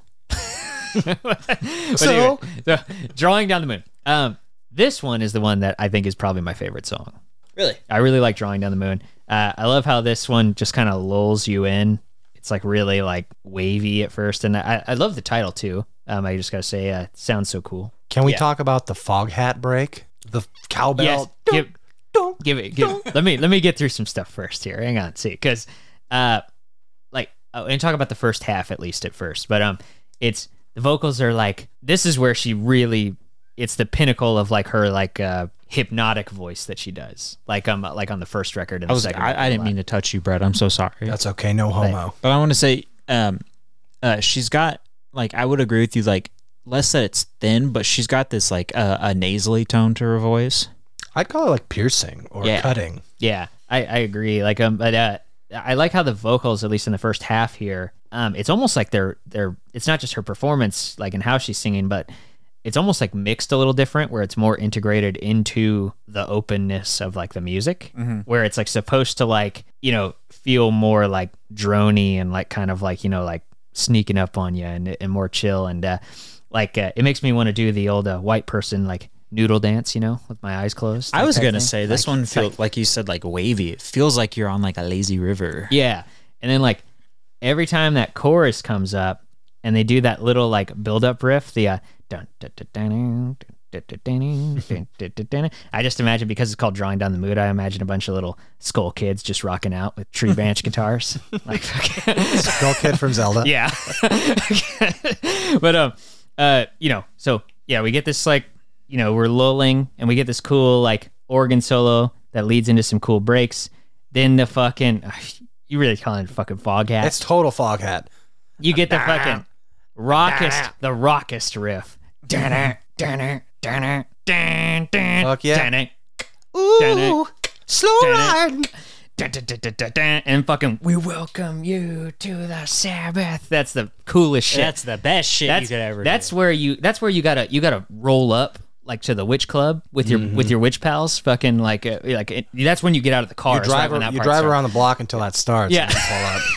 Speaker 2: But
Speaker 1: So-
Speaker 2: anyway, so, drawing down the moon. Um, this one is the one that I think is probably my favorite song.
Speaker 3: Really?
Speaker 2: I really like drawing down the moon. Uh, I love how this one just kind of lulls you in. It's like really like wavy at first, and I, I love the title too. Um, I just gotta say, uh, it sounds so cool.
Speaker 1: Can we
Speaker 2: Yeah.
Speaker 1: talk about the fog hat break? The cowbell.
Speaker 2: Yes,
Speaker 1: Dunk,
Speaker 2: give,
Speaker 1: dunk,
Speaker 2: give it. Give, let me let me get through some stuff first here. Hang on, see, because uh, like oh, and talk about the first half at least at first, but um, it's the vocals are like this is where she really it's the pinnacle of like her like uh hypnotic voice that she does like um like on the first record and
Speaker 3: I
Speaker 2: the
Speaker 3: was
Speaker 2: second
Speaker 3: I,
Speaker 2: record
Speaker 3: I
Speaker 2: a
Speaker 3: didn't
Speaker 2: lot.
Speaker 3: mean to touch you, Brett. I'm so sorry.
Speaker 1: That's okay. No homo.
Speaker 3: But I want to say, um, uh, she's got like I would agree with you, like less that it's thin, but she's got this like uh, a nasally tone to her voice.
Speaker 1: I'd call it like piercing or
Speaker 3: Yeah.
Speaker 1: cutting.
Speaker 2: Yeah, I, I agree. Like um, but uh, I like how the vocals, at least in the first half here, um, it's almost like they're they're. It's not just her performance, like in how she's singing, but it's almost like mixed a little different, where it's more integrated into the openness of like the music,
Speaker 3: Mm-hmm.
Speaker 2: where it's like supposed to like you know feel more like drony and like kind of like you know like sneaking up on you and and more chill and uh, like uh, it makes me want to do the old uh, white person like noodle dance, you know, with my eyes closed.
Speaker 3: I
Speaker 2: like
Speaker 3: was
Speaker 2: type
Speaker 3: gonna
Speaker 2: thing.
Speaker 3: say this
Speaker 2: Like-
Speaker 3: one feels like, you said like wavy. It feels like you're on like a lazy river.
Speaker 2: Yeah. And then like every time that chorus comes up and they do that little like build up riff, the uh, dun, dun, dun, dun, dun, dun, dun, dun, dun, dun, dun. I just imagine because it's called Drawing Down the Mood, I imagine a bunch of little skull kids just rocking out with tree branch guitars. Like fucking-
Speaker 1: Girl kid from Zelda.
Speaker 2: yeah. but um uh you know, so yeah, we get this like, you know, we're lulling and we get this cool like organ solo that leads into some cool breaks. Then the fucking you really calling it fucking fog hat.
Speaker 1: It's total fog hat.
Speaker 2: you get the fucking raucous the raucous riff. Dun-dun, dun-dun, dun-dun, dun, dun,
Speaker 1: Fuck yeah.
Speaker 2: dun-dun,
Speaker 1: Ooh, slow
Speaker 2: Dun
Speaker 1: ride.
Speaker 2: dun, dun, dun, dun, dun, dun, And fucking, we welcome you to the Sabbath. That's the coolest shit.
Speaker 3: That's the best shit you could ever.
Speaker 2: That's where you. That's where you gotta. You gotta roll up like to the witch club with your
Speaker 1: Mm-hmm.
Speaker 2: with your witch pals. Fucking like uh, like it, that's when you get out of the car.
Speaker 1: You
Speaker 2: It's
Speaker 1: drive,
Speaker 2: right when that
Speaker 1: you
Speaker 2: part
Speaker 1: drive
Speaker 2: starts.
Speaker 1: around the block until that starts.
Speaker 2: Yeah.
Speaker 1: and you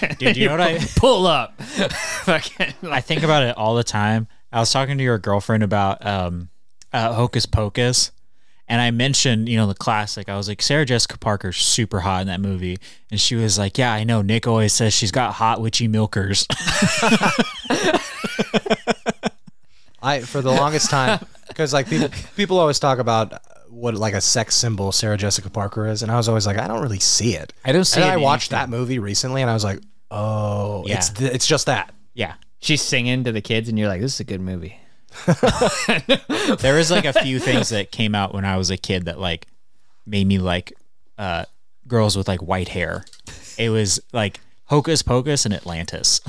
Speaker 1: pull up.
Speaker 3: do. dude. You know what I?
Speaker 2: Pull up. fucking.
Speaker 3: I think about it all the time. I was talking to your girlfriend about um, uh, Hocus Pocus, and I mentioned, you know, the classic. I was like, Sarah Jessica Parker's super hot in that movie, and she was like, Yeah, I know. Nick always says she's got hot witchy milkers.
Speaker 1: I for the longest time because like people people always talk about what like a sex symbol Sarah Jessica Parker is, and I was always like, I don't really see it.
Speaker 3: I don't see
Speaker 1: And
Speaker 3: it
Speaker 1: I
Speaker 3: in
Speaker 1: watched that movie recently, and I was like, oh, it's th- it's just that.
Speaker 3: yeah,
Speaker 2: She's singing to the kids, and you're like, "This is a good movie."
Speaker 3: there was like a few things that came out when I was a kid that like made me like uh, girls with like white hair. It was like Hocus Pocus and Atlantis.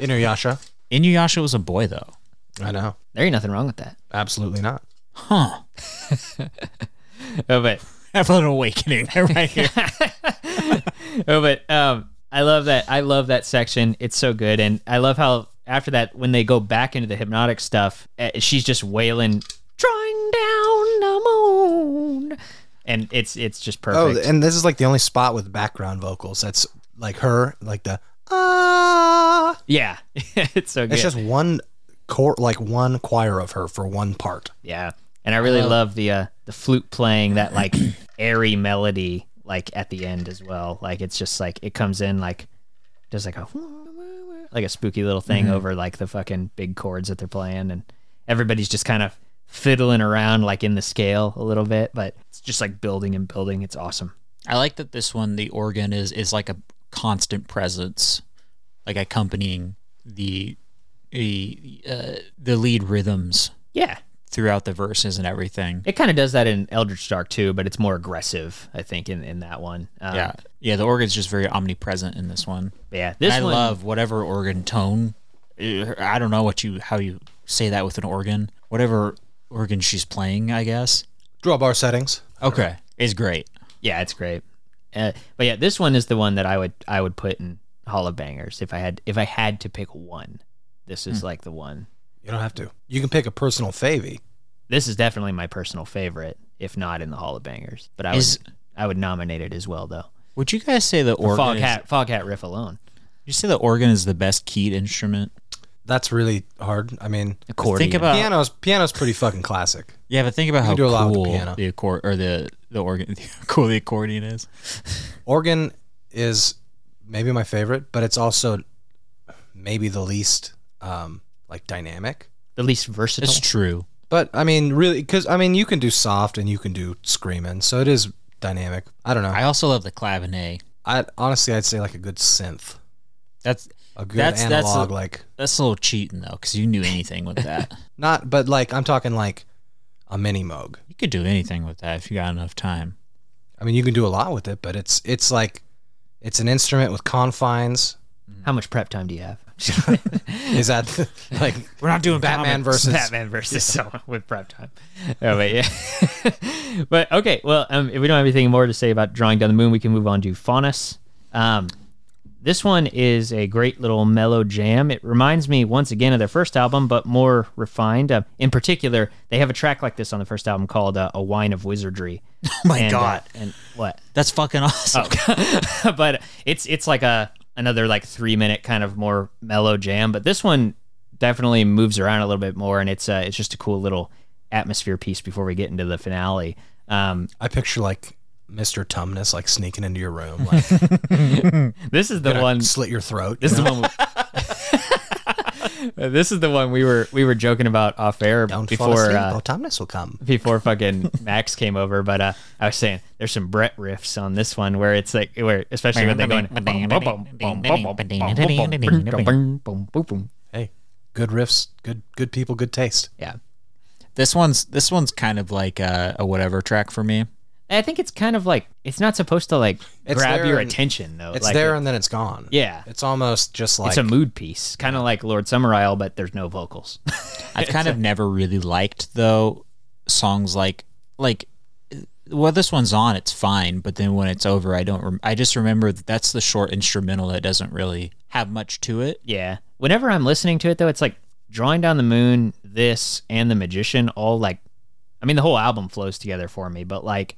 Speaker 1: Inuyasha.
Speaker 3: Inuyasha was a boy though.
Speaker 1: I know,
Speaker 2: There ain't nothing wrong with that.
Speaker 1: absolutely not.
Speaker 3: Huh.
Speaker 2: Oh, but
Speaker 3: Have an awakening right here.
Speaker 2: oh, but um, I love that. I love that section. It's so good, and I love how after that, when they go back into the hypnotic stuff, uh, she's just wailing, drawing down the moon, and it's it's just
Speaker 1: Oh,
Speaker 2: perfect.
Speaker 1: and this is like the only spot with background vocals. That's like her, like the ah.
Speaker 2: yeah, it's so good.
Speaker 1: It's just one chor, like one choir of her for one part.
Speaker 2: yeah, and I really
Speaker 3: Oh.
Speaker 2: love the uh, the flute playing that like airy melody like at the end as well. Like it's just like it comes in like just like a like a spooky little thing
Speaker 3: Mm-hmm.
Speaker 2: over like the fucking big chords that they're playing and everybody's just kind of fiddling around like in the scale a little bit but it's just like building and building it's awesome
Speaker 3: I like that this one the organ is is like a constant presence, like accompanying the the uh, the lead rhythms
Speaker 2: yeah
Speaker 3: throughout the verses and everything.
Speaker 2: it kind of does that in eldritch dark too but it's more aggressive i think in, in that one um,
Speaker 3: yeah, yeah. The organ's just very omnipresent in this one.
Speaker 2: but yeah this
Speaker 3: I
Speaker 2: one
Speaker 3: love whatever organ tone. uh, I don't know what you how you say that with an organ. Whatever organ she's playing, I guess.
Speaker 1: Draw bar settings.
Speaker 3: Okay, is great.
Speaker 2: Yeah, it's great. Uh, but yeah, this one is the one that I would I would put in Hall of Bangers if I had if I had to pick one. This is like the one.
Speaker 1: You don't have to. You can pick a personal favy.
Speaker 2: This is definitely my personal favorite, if not in the Hall of Bangers. But I
Speaker 3: Is-
Speaker 2: would I would nominate it as well though.
Speaker 3: Would you guys say the organ?
Speaker 2: Fog
Speaker 3: is-
Speaker 2: hat fog hat riff alone.
Speaker 3: You say the organ is the best keyed instrument.
Speaker 1: That's really hard. I mean,
Speaker 2: Accordion.
Speaker 3: Think about
Speaker 1: piano's piano's pretty fucking classic.
Speaker 3: Yeah, but think about how
Speaker 1: do a lot with the
Speaker 3: cool
Speaker 1: piano.
Speaker 3: the accord or the the organ, how cool the accordion is.
Speaker 1: Organ is maybe my favorite, but it's also maybe the least um, like dynamic.
Speaker 2: the least versatile.
Speaker 3: It's true,
Speaker 1: But I mean, really, because I mean, you can do soft and you can do screaming, so it is dynamic. I don't know.
Speaker 3: I also love the clavinet.
Speaker 1: I honestly, I'd say like a good synth,
Speaker 3: That's
Speaker 1: a good
Speaker 3: That's- that's
Speaker 1: analog,
Speaker 3: a-
Speaker 1: like
Speaker 3: that's a little cheating though, because you can do anything with that.
Speaker 1: not, but like I'm talking like a mini moog.
Speaker 3: you could do anything with that if you got enough time.
Speaker 1: I mean, you can do a lot with it, but it's it's like it's an instrument with confines.
Speaker 2: How much prep time do you have?
Speaker 1: Is that like
Speaker 3: We're not doing
Speaker 1: Batman versus
Speaker 2: Batman versus someone with prep time. Oh, but yeah. but okay, well, um, if we don't have anything more to say about drawing down the moon, we can move on to Faunus. Um, this one is a great little mellow jam. It reminds me once again of their first album, but more refined. Uh, in particular, they have a track like this on the first album called uh, "A Wine of Wizardry."
Speaker 3: Oh my
Speaker 2: And, uh,
Speaker 3: god,
Speaker 2: and what?
Speaker 3: that's fucking
Speaker 2: Oh,
Speaker 3: awesome.
Speaker 2: but it's it's like a another like three minute kind of more mellow jam. But this one definitely moves around a little bit more, and it's uh, it's just a cool little atmosphere piece before we get into the finale. Um,
Speaker 1: I picture like Mr. Tumnus like sneaking into your room, like
Speaker 2: this is the
Speaker 1: gonna
Speaker 2: one.
Speaker 1: slit your throat.
Speaker 2: This is the one. we- this is the one we were we were joking about off air
Speaker 1: Don't fall
Speaker 2: before
Speaker 1: asleep.
Speaker 2: uh,
Speaker 1: oh, Tumnus will come.
Speaker 2: before fucking Max came over, but uh, I was saying there's some Brett riffs on this one where it's like where especially when they go in
Speaker 1: Hey, good riffs, good good people, good taste.
Speaker 2: yeah.
Speaker 3: this one's this one's kind of like a, a whatever track for me.
Speaker 2: I think it's kind of like it's not supposed to like
Speaker 1: It's
Speaker 2: grab
Speaker 1: there
Speaker 2: your
Speaker 1: and-
Speaker 2: attention though.
Speaker 1: It's
Speaker 2: like,
Speaker 1: there and then it's gone.
Speaker 2: yeah,
Speaker 1: It's almost just like
Speaker 2: it's a mood piece, kind of like Lord Summerisle, but there's no vocals.
Speaker 3: I've kind of never really liked though songs like like well this one's on it's fine but then when it's over I don't rem- I just remember that that's the short instrumental that doesn't really have much to it.
Speaker 2: yeah. Whenever I'm listening to it though, it's like drawing down the moon, this and the magician all like, I mean the whole album flows together for me, but like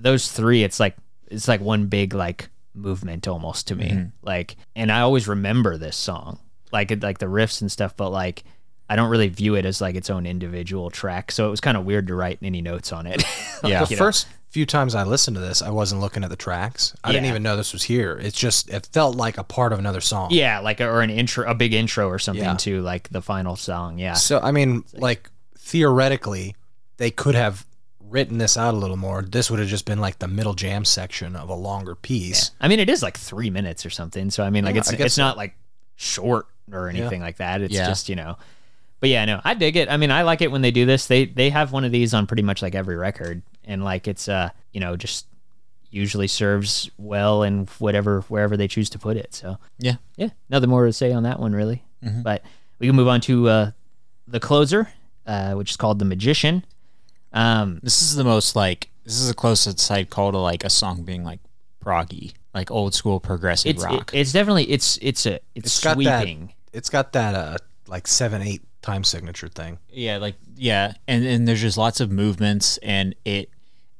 Speaker 2: those three, it's like it's like one big like movement almost to me. Like, and I always remember this song, like it- like the riffs and stuff, but like. I don't really view it as like its own individual track, so it was kind of weird to write any notes on it.
Speaker 3: Yeah.
Speaker 1: the first few times I listened to this, I wasn't looking at the tracks. I didn't
Speaker 2: Yeah.
Speaker 1: even know this was here. It's just it felt like a part of another song.
Speaker 2: Yeah, like or an intro, a big intro or something
Speaker 1: Yeah.
Speaker 2: to like the final song. Yeah,
Speaker 1: So I mean, like theoretically, they could have written this out a little more. This would have just been like the middle jam section of a longer piece.
Speaker 2: I mean it is like three minutes or something. So I mean, like
Speaker 1: Yeah,
Speaker 2: it's
Speaker 1: I guess
Speaker 2: it's not like short or anything like that. It's
Speaker 3: Yeah.
Speaker 2: just you know, but yeah, no, I dig it. I mean, I like it when they do this. They they have one of these on pretty much like every record, and like it's uh you know just usually serves well in whatever wherever they choose to put it. So
Speaker 3: Yeah.
Speaker 2: yeah, nothing more to say on that one really. But we can move on to uh, the closer, uh, which is called the Magician. Um,
Speaker 3: This is the most like this is the closest I'd call to like a song being like proggy, like old school progressive
Speaker 2: it's it-
Speaker 3: rock.
Speaker 2: it's definitely it's it's a it's,
Speaker 1: It's got that-
Speaker 2: sweeping.
Speaker 1: It's got that uh like seven eight time signature thing.
Speaker 3: yeah, like yeah, and and there's just lots of movements and it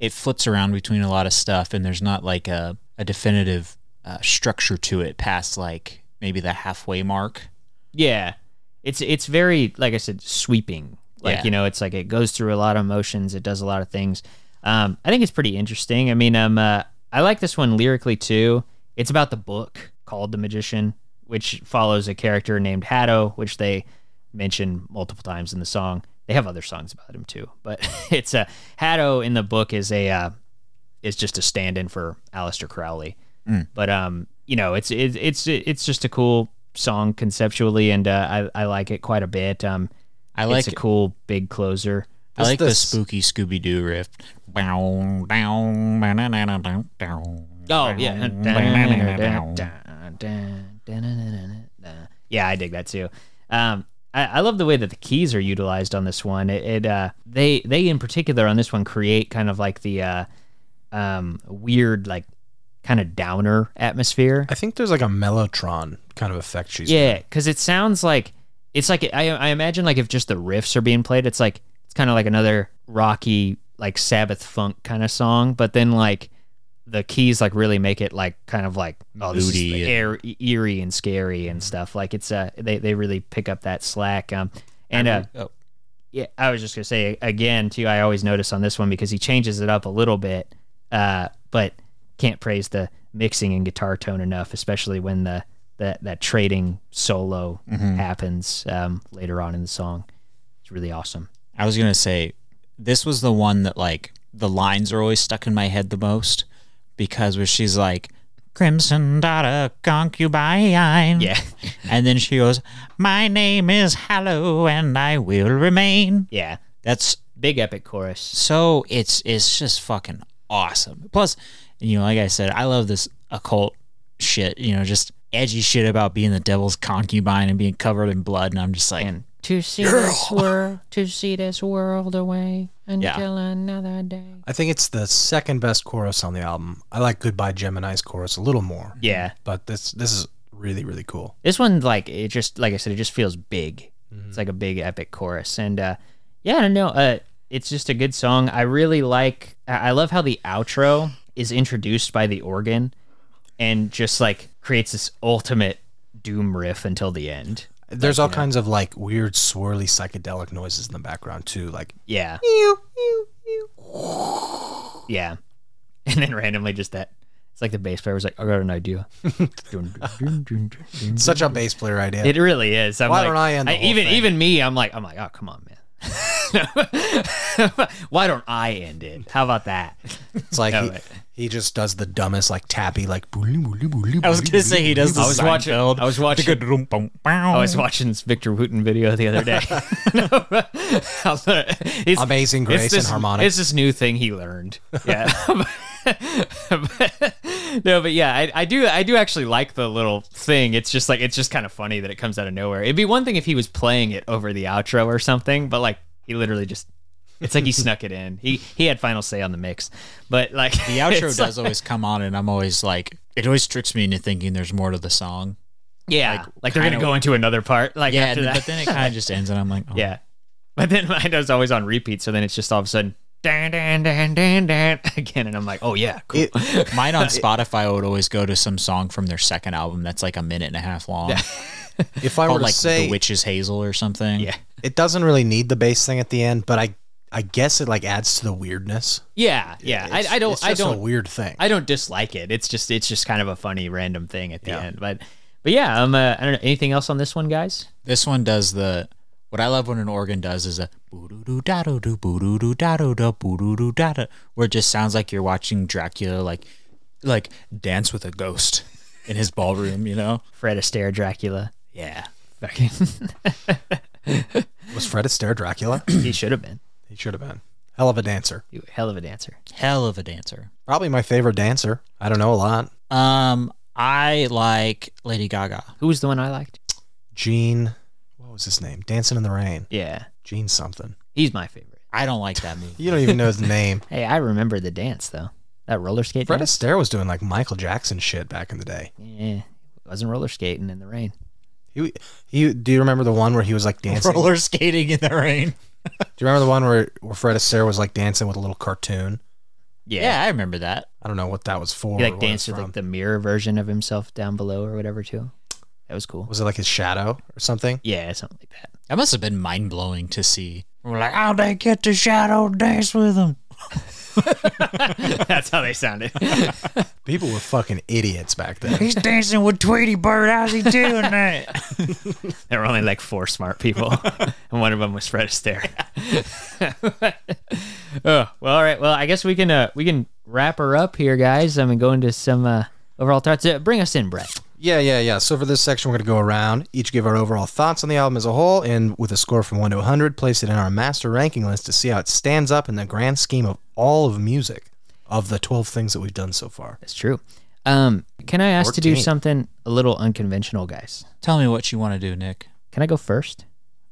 Speaker 3: it flips around between a lot of stuff and there's not like a a definitive uh, structure to it past like maybe the halfway mark.
Speaker 2: Yeah, it's it's very like I said sweeping. Like
Speaker 3: Yeah.
Speaker 2: you know, it's like it goes through a lot of emotions. It does a lot of things. Um, I think it's pretty interesting. I mean, um, uh, I like this one lyrically too. It's about the book called The Magician, which follows a character named Hatto, which they mention multiple times in the song. They have other songs about him too, but it's a Hatto in the book is a uh, is just a stand-in for Aleister Crowley. But um, you know, it's it's it's it's just a cool song conceptually, and uh, I I like it quite a bit. Um,
Speaker 3: I like
Speaker 2: it's a cool big closer.
Speaker 3: I like the
Speaker 1: this-
Speaker 3: spooky Scooby Doo riff. Down, down, banana, down, down.
Speaker 2: Oh yeah, yeah, I dig that too. Um, I, I love the way that the keys are utilized on this one. It, it uh, they they in particular on this one create kind of like the uh, um, weird like kind of downer atmosphere.
Speaker 1: I think there's like a mellotron kind of effect she's
Speaker 2: Yeah, because it sounds like it's like I, I imagine like if just the riffs are being played, it's like it's kind of like another rocky like Sabbath funk kind of song, but then like the keys like really make it like kind of like oh, this is
Speaker 3: Moody
Speaker 2: like,
Speaker 3: and-
Speaker 2: air, eerie and scary and stuff. Like it's uh they they really pick up that slack. Um and uh
Speaker 3: Oh.
Speaker 2: yeah, I was just gonna say again too. I always notice on this one because he changes it up a little bit, uh, but can't praise the mixing and guitar tone enough, especially when the that that trading solo happens um, later on in the song. It's really awesome.
Speaker 3: I was gonna say this was the one that like the lines are always stuck in my head the most because where she's like Crimson daughter concubine.
Speaker 2: Yeah.
Speaker 3: And then she goes, My name is Hallow and I will remain.
Speaker 2: Yeah.
Speaker 3: That's
Speaker 2: Big epic chorus.
Speaker 3: so it's it's just fucking awesome. Plus, you know, like I said, I love this occult shit, you know, just edgy shit about being the devil's concubine and being covered in blood and I'm just like
Speaker 2: And
Speaker 4: to see this world to see this world away until another day.
Speaker 1: I think it's the second best chorus on the album. I like Goodbye Gemini's chorus a little more.
Speaker 2: yeah.
Speaker 1: But this this is really really cool.
Speaker 2: This one, like, it just, like I said, it just feels big. It's like a big epic chorus. And, uh, yeah, I don't know. Uh, it's just a good song. I really like, I I love how the outro is introduced by the organ and just, like, creates this ultimate doom riff until the end.
Speaker 1: There's all kinds of like weird swirly psychedelic noises in the background too, like
Speaker 2: Yeah. Yeah. And then randomly just that. It's like the bass player was like, I got an idea. Dun, dun, dun, dun, dun.
Speaker 1: such a bass player idea.
Speaker 2: It really is. I'm
Speaker 1: Why
Speaker 2: like,
Speaker 1: don't I end the whole
Speaker 2: even
Speaker 1: thing?
Speaker 2: even me, I'm like, I'm like, oh come on, man. Why don't I end it? How about that?
Speaker 1: it's like
Speaker 2: No,
Speaker 1: he,
Speaker 2: wait.
Speaker 1: he just does the dumbest like tappy like I
Speaker 3: I was gonna say he does the
Speaker 2: I was watching-
Speaker 3: Seinfeld.
Speaker 2: I was watching- I was watching this Victor Wooten video the other day. I was like, it's-
Speaker 1: Amazing Grace
Speaker 2: this,
Speaker 1: and harmonics.
Speaker 2: It's this new thing he learned. Yeah. no, but yeah, I, I do. I do actually like the little thing. It's just like it's just kind of funny that it comes out of nowhere. It'd be one thing if he was playing it over the outro or something, but like he literally just. It's like he snuck it in. He he had final say on the mix, but like
Speaker 3: The outro does always come on, and I'm always like, it always tricks me into thinking there's more to the song.
Speaker 2: yeah, like, they're gonna
Speaker 3: kinda-
Speaker 2: go into another part. Like
Speaker 3: Yeah,
Speaker 2: after
Speaker 3: and-
Speaker 2: that.
Speaker 3: but then it kind of just ends, and I'm like, oh.
Speaker 2: Yeah. But then mine was always on repeat, so then it's just all of a sudden dan dan dan dan dan again and I'm like, Oh yeah, cool.
Speaker 3: Mine on Spotify would always go to some song from their second album that's like a minute and a half long,
Speaker 1: if I were
Speaker 3: called
Speaker 1: to
Speaker 3: like
Speaker 1: say
Speaker 3: "The Witch's Hazel" or something.
Speaker 2: yeah.
Speaker 1: it doesn't really need the bass thing at the end, but I I guess it like adds to the weirdness.
Speaker 2: Yeah, yeah.
Speaker 1: It's-
Speaker 2: I, I don't
Speaker 1: It's
Speaker 2: I
Speaker 1: just a
Speaker 2: don't
Speaker 1: weird thing.
Speaker 2: I don't dislike it. It's just it's just kind of a funny random thing at the
Speaker 1: Yeah.
Speaker 2: end. But but yeah, um uh, I don't know anything else on this one, guys?
Speaker 3: This one does the. What I love when an organ does is a boo-doo-doo da-doo-doo, boo-doo-doo da-doo-doo, boo-doo-doo da-doo, where it just sounds like you're watching Dracula like, like dance with a ghost in his ballroom. You know?
Speaker 2: Fred Astaire Dracula.
Speaker 3: Yeah.
Speaker 2: Fucking-
Speaker 1: Was Fred Astaire Dracula?
Speaker 2: he should have been.
Speaker 1: he should have been. Hell of a dancer.
Speaker 2: He- Hell of a dancer.
Speaker 3: Hell of a dancer.
Speaker 1: Probably my favorite dancer. I don't know a lot.
Speaker 3: Um, I like Lady Gaga.
Speaker 2: Who was the one I liked?
Speaker 1: Gene, what was his name? Dancing in the Rain.
Speaker 2: Yeah.
Speaker 1: Gene something.
Speaker 2: He's my favorite.
Speaker 3: I don't like that movie.
Speaker 1: You don't even know his name.
Speaker 2: Hey, I remember the dance though. That roller skate
Speaker 1: Fred
Speaker 2: dance?
Speaker 1: Astaire was doing like Michael Jackson shit back in the day.
Speaker 2: Yeah. Wasn't roller skating in the rain.
Speaker 1: He, he, do you remember the one where he was like dancing?
Speaker 3: Roller skating in the rain.
Speaker 1: Do you remember the one where, where Fred Astaire was like dancing with a little cartoon?
Speaker 3: Yeah. I remember that.
Speaker 1: I don't know what that was for.
Speaker 2: He
Speaker 1: or
Speaker 2: like
Speaker 1: what it
Speaker 2: danced with
Speaker 1: was
Speaker 2: like
Speaker 1: from.
Speaker 2: the mirror version of himself down below or whatever too. That was cool.
Speaker 1: Was it like his shadow or something?
Speaker 2: Yeah, something like that.
Speaker 3: That must have been mind blowing to see. We're like, how'd they get to shadow dance with him?
Speaker 2: That's how they sounded.
Speaker 1: People were fucking idiots back then.
Speaker 3: He's dancing with Tweety Bird. How's he doing that?
Speaker 2: there were only like four smart people, and one of them was Fred Astaire. oh well, all right. Well, I guess we can uh, we can wrap her up here, guys. I'm gonna go into some uh, overall thoughts. Uh, bring us in, Brett.
Speaker 1: Yeah, yeah, yeah. So for this section, we're going to go around, each give our overall thoughts on the album as a whole, and with a score from 1 to 100, place it in our master ranking list to see how it stands up in the grand scheme of all of music, of the 12 things that we've done so far.
Speaker 2: That's true. Um, can I ask to do
Speaker 1: 14.
Speaker 2: something a little unconventional, guys?
Speaker 3: Tell me what you want to do, Nick.
Speaker 2: Can I go first,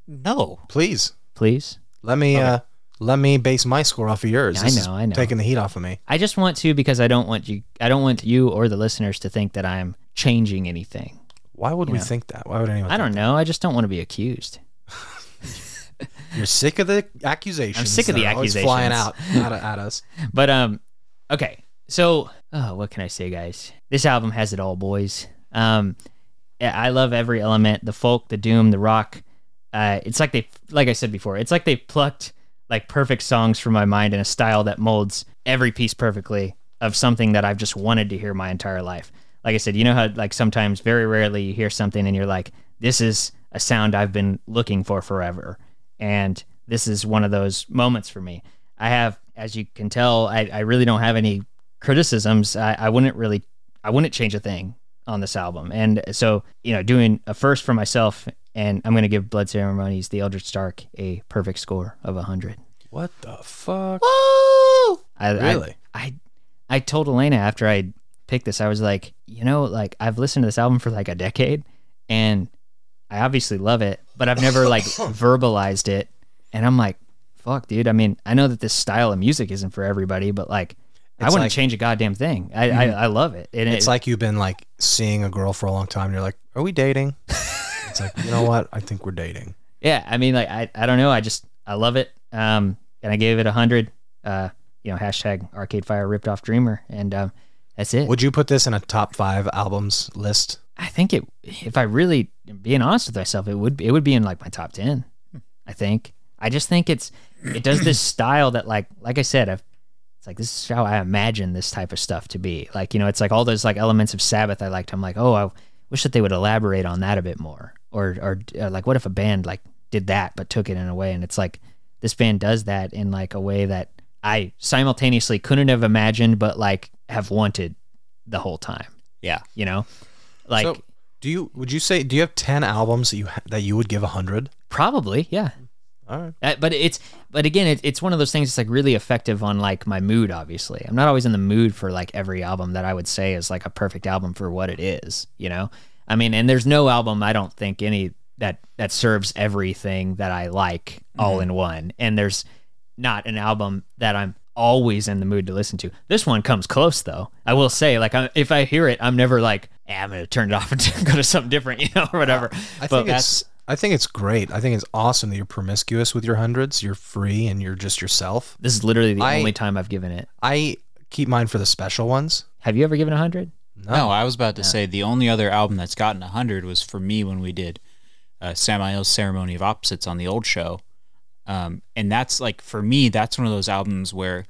Speaker 3: No.
Speaker 1: Please,
Speaker 2: please?
Speaker 1: let me uh, let me base my score off of yours.
Speaker 2: Yeah, I
Speaker 1: This is
Speaker 2: know, I know.
Speaker 1: Taking the heat off of me.
Speaker 2: I just want to because I don't want you I don't want you or the listeners to think that I'm changing anything.
Speaker 1: Why would we think that? Why would anyone?
Speaker 2: I don't know. I just don't want to be accused.
Speaker 1: think- You're sick of the accusations.
Speaker 2: I'm sick of
Speaker 1: that
Speaker 2: the
Speaker 1: are always flying out
Speaker 2: accusations.
Speaker 1: at, at us.
Speaker 2: But um okay. So, oh, what can I say guys? This album has it all, boys. Um I I love every element, the folk, the doom, the rock. Uh it's like they like I said before, it's like they plucked like perfect songs from my mind in a style that molds every piece perfectly of something that I've just wanted to hear my entire life. Like I said, you know how like sometimes very rarely you hear something and you're like, this is a sound I've been looking for forever. And this is one of those moments for me. I have, as you can tell, I, I really don't have any criticisms. I, I wouldn't really, I wouldn't change a thing on this album. And so, you know, doing a first for myself, and I'm going to give Blood Ceremonies, The Eldritch Stark, a perfect score of 100.
Speaker 1: What the fuck?
Speaker 2: I, I-
Speaker 1: Really?
Speaker 2: I, I told Elena after I picked this, I was like, you know, like I've listened to this album for like a decade, and I obviously love it, but I've never like verbalized it. And I'm like, fuck, dude. I mean, I know that this style of music isn't for everybody, but like, I
Speaker 1: It's
Speaker 2: wouldn't
Speaker 1: like- Mm-hmm.
Speaker 2: change a goddamn thing. I, I, I love it, and
Speaker 1: It's like you've been like seeing a girl for a long time and you're like, are we dating? it's like, you know what? I think we're dating.
Speaker 2: yeah i mean like i, I don't know i just i love it um and i gave it a 100 uh you know hashtag arcade fire ripped off dreamer and um that's it
Speaker 1: Would you put this in a top five albums list?
Speaker 2: i think it if i really am being honest with myself it would it would be in like my top 10 i think i just think it's it does this style that like like i said i've it's like this is how i imagine this type of stuff to be like you know it's like all those like elements of sabbath i liked i'm like oh i wish that they would elaborate on that a bit more or or uh, like what if a band like did that but took it in a way and it's like this band does that in like a way that i simultaneously couldn't have imagined but like have wanted the whole time
Speaker 3: Yeah.
Speaker 2: you know like
Speaker 1: so, do you? Would you say? Do you have ten albums that you ha- that you would give a hundred?
Speaker 2: Probably, yeah.
Speaker 1: All right.
Speaker 2: Uh, but it's but again, it, it's one of those things that's like really effective on like my mood. Obviously, I'm not always in the mood for like every album that I would say is like a perfect album for what it is. You know, I mean, and there's no album I don't think any that that serves everything that I like all
Speaker 1: Mm-hmm.
Speaker 2: in one. And there's not an album that I'm always in the mood to listen to. This one comes close though. I will say, like, I, if I hear it, I'm never like, "Eh, I'm gonna turn it off and go to something different, you know, or whatever.
Speaker 1: I
Speaker 2: but
Speaker 1: think it's. I think it's great. I think it's awesome that you're promiscuous with your hundreds. You're free and you're just yourself.
Speaker 2: This is literally the
Speaker 1: I-
Speaker 2: only time I've given it.
Speaker 1: I keep mine for the special ones.
Speaker 2: Have you ever given a hundred?
Speaker 3: No, I was about to say the only other album that's gotten 100 was for me when we did uh, Samael's Ceremony of Opposites on the old show. Um, and that's like, for me, that's one of those albums where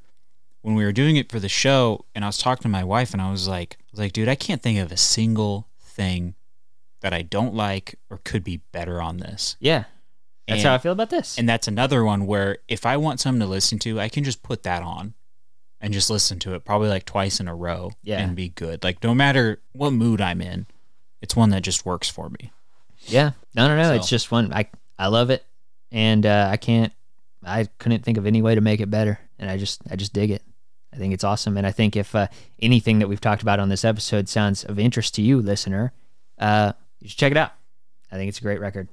Speaker 3: when we were doing it for the show and I was talking to my wife and I was like, I was like, dude, I can't think of a single thing that I don't like or could be better on this.
Speaker 2: Yeah, that's
Speaker 3: And-
Speaker 2: how I feel about this.
Speaker 3: And that's another one where if I want something to listen to, I can just put that on and just listen to it probably like twice in a row
Speaker 2: Yeah.
Speaker 3: and be good. Like no matter what mood I'm in, it's one that just works for me.
Speaker 2: yeah, no, no, no. It's
Speaker 3: So-
Speaker 2: just one. I I love it, and uh, I can't. I couldn't think of any way to make it better, and I just I just dig it. I think it's awesome, and I think if uh, anything that we've talked about on this episode sounds of interest to you, listener, uh, you should check it out. I think it's a great record,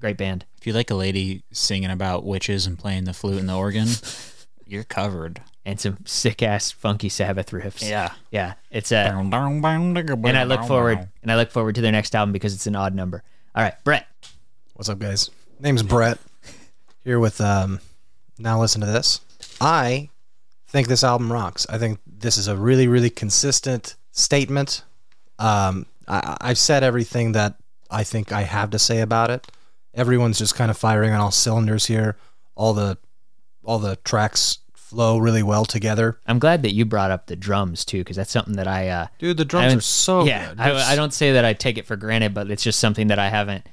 Speaker 2: great band.
Speaker 3: If you like a lady singing about witches and playing the flute and the organ, you're covered.
Speaker 2: And some sick ass funky Sabbath riffs. yeah. It's uh,
Speaker 3: And
Speaker 2: and
Speaker 3: I
Speaker 2: I look forward and I look forward to their next album because it's an odd number. All right, Brett.
Speaker 1: What's up, guys? Name's Brett. Here with um. Now listen to this. I think this album rocks. I think this is a really, really consistent statement. Um, I, I- I've said everything that I think I have to say about it. Everyone's just kind of firing on all cylinders here. All the all the tracks flow really well together.
Speaker 2: I'm glad that you brought up the drums too, because that's something that I, uh,
Speaker 1: Dude, the
Speaker 2: I
Speaker 1: drums
Speaker 2: haven't-
Speaker 1: are so
Speaker 2: yeah,
Speaker 1: good.
Speaker 2: I, I don't say that I take it for granted, but it's just something that I haven't,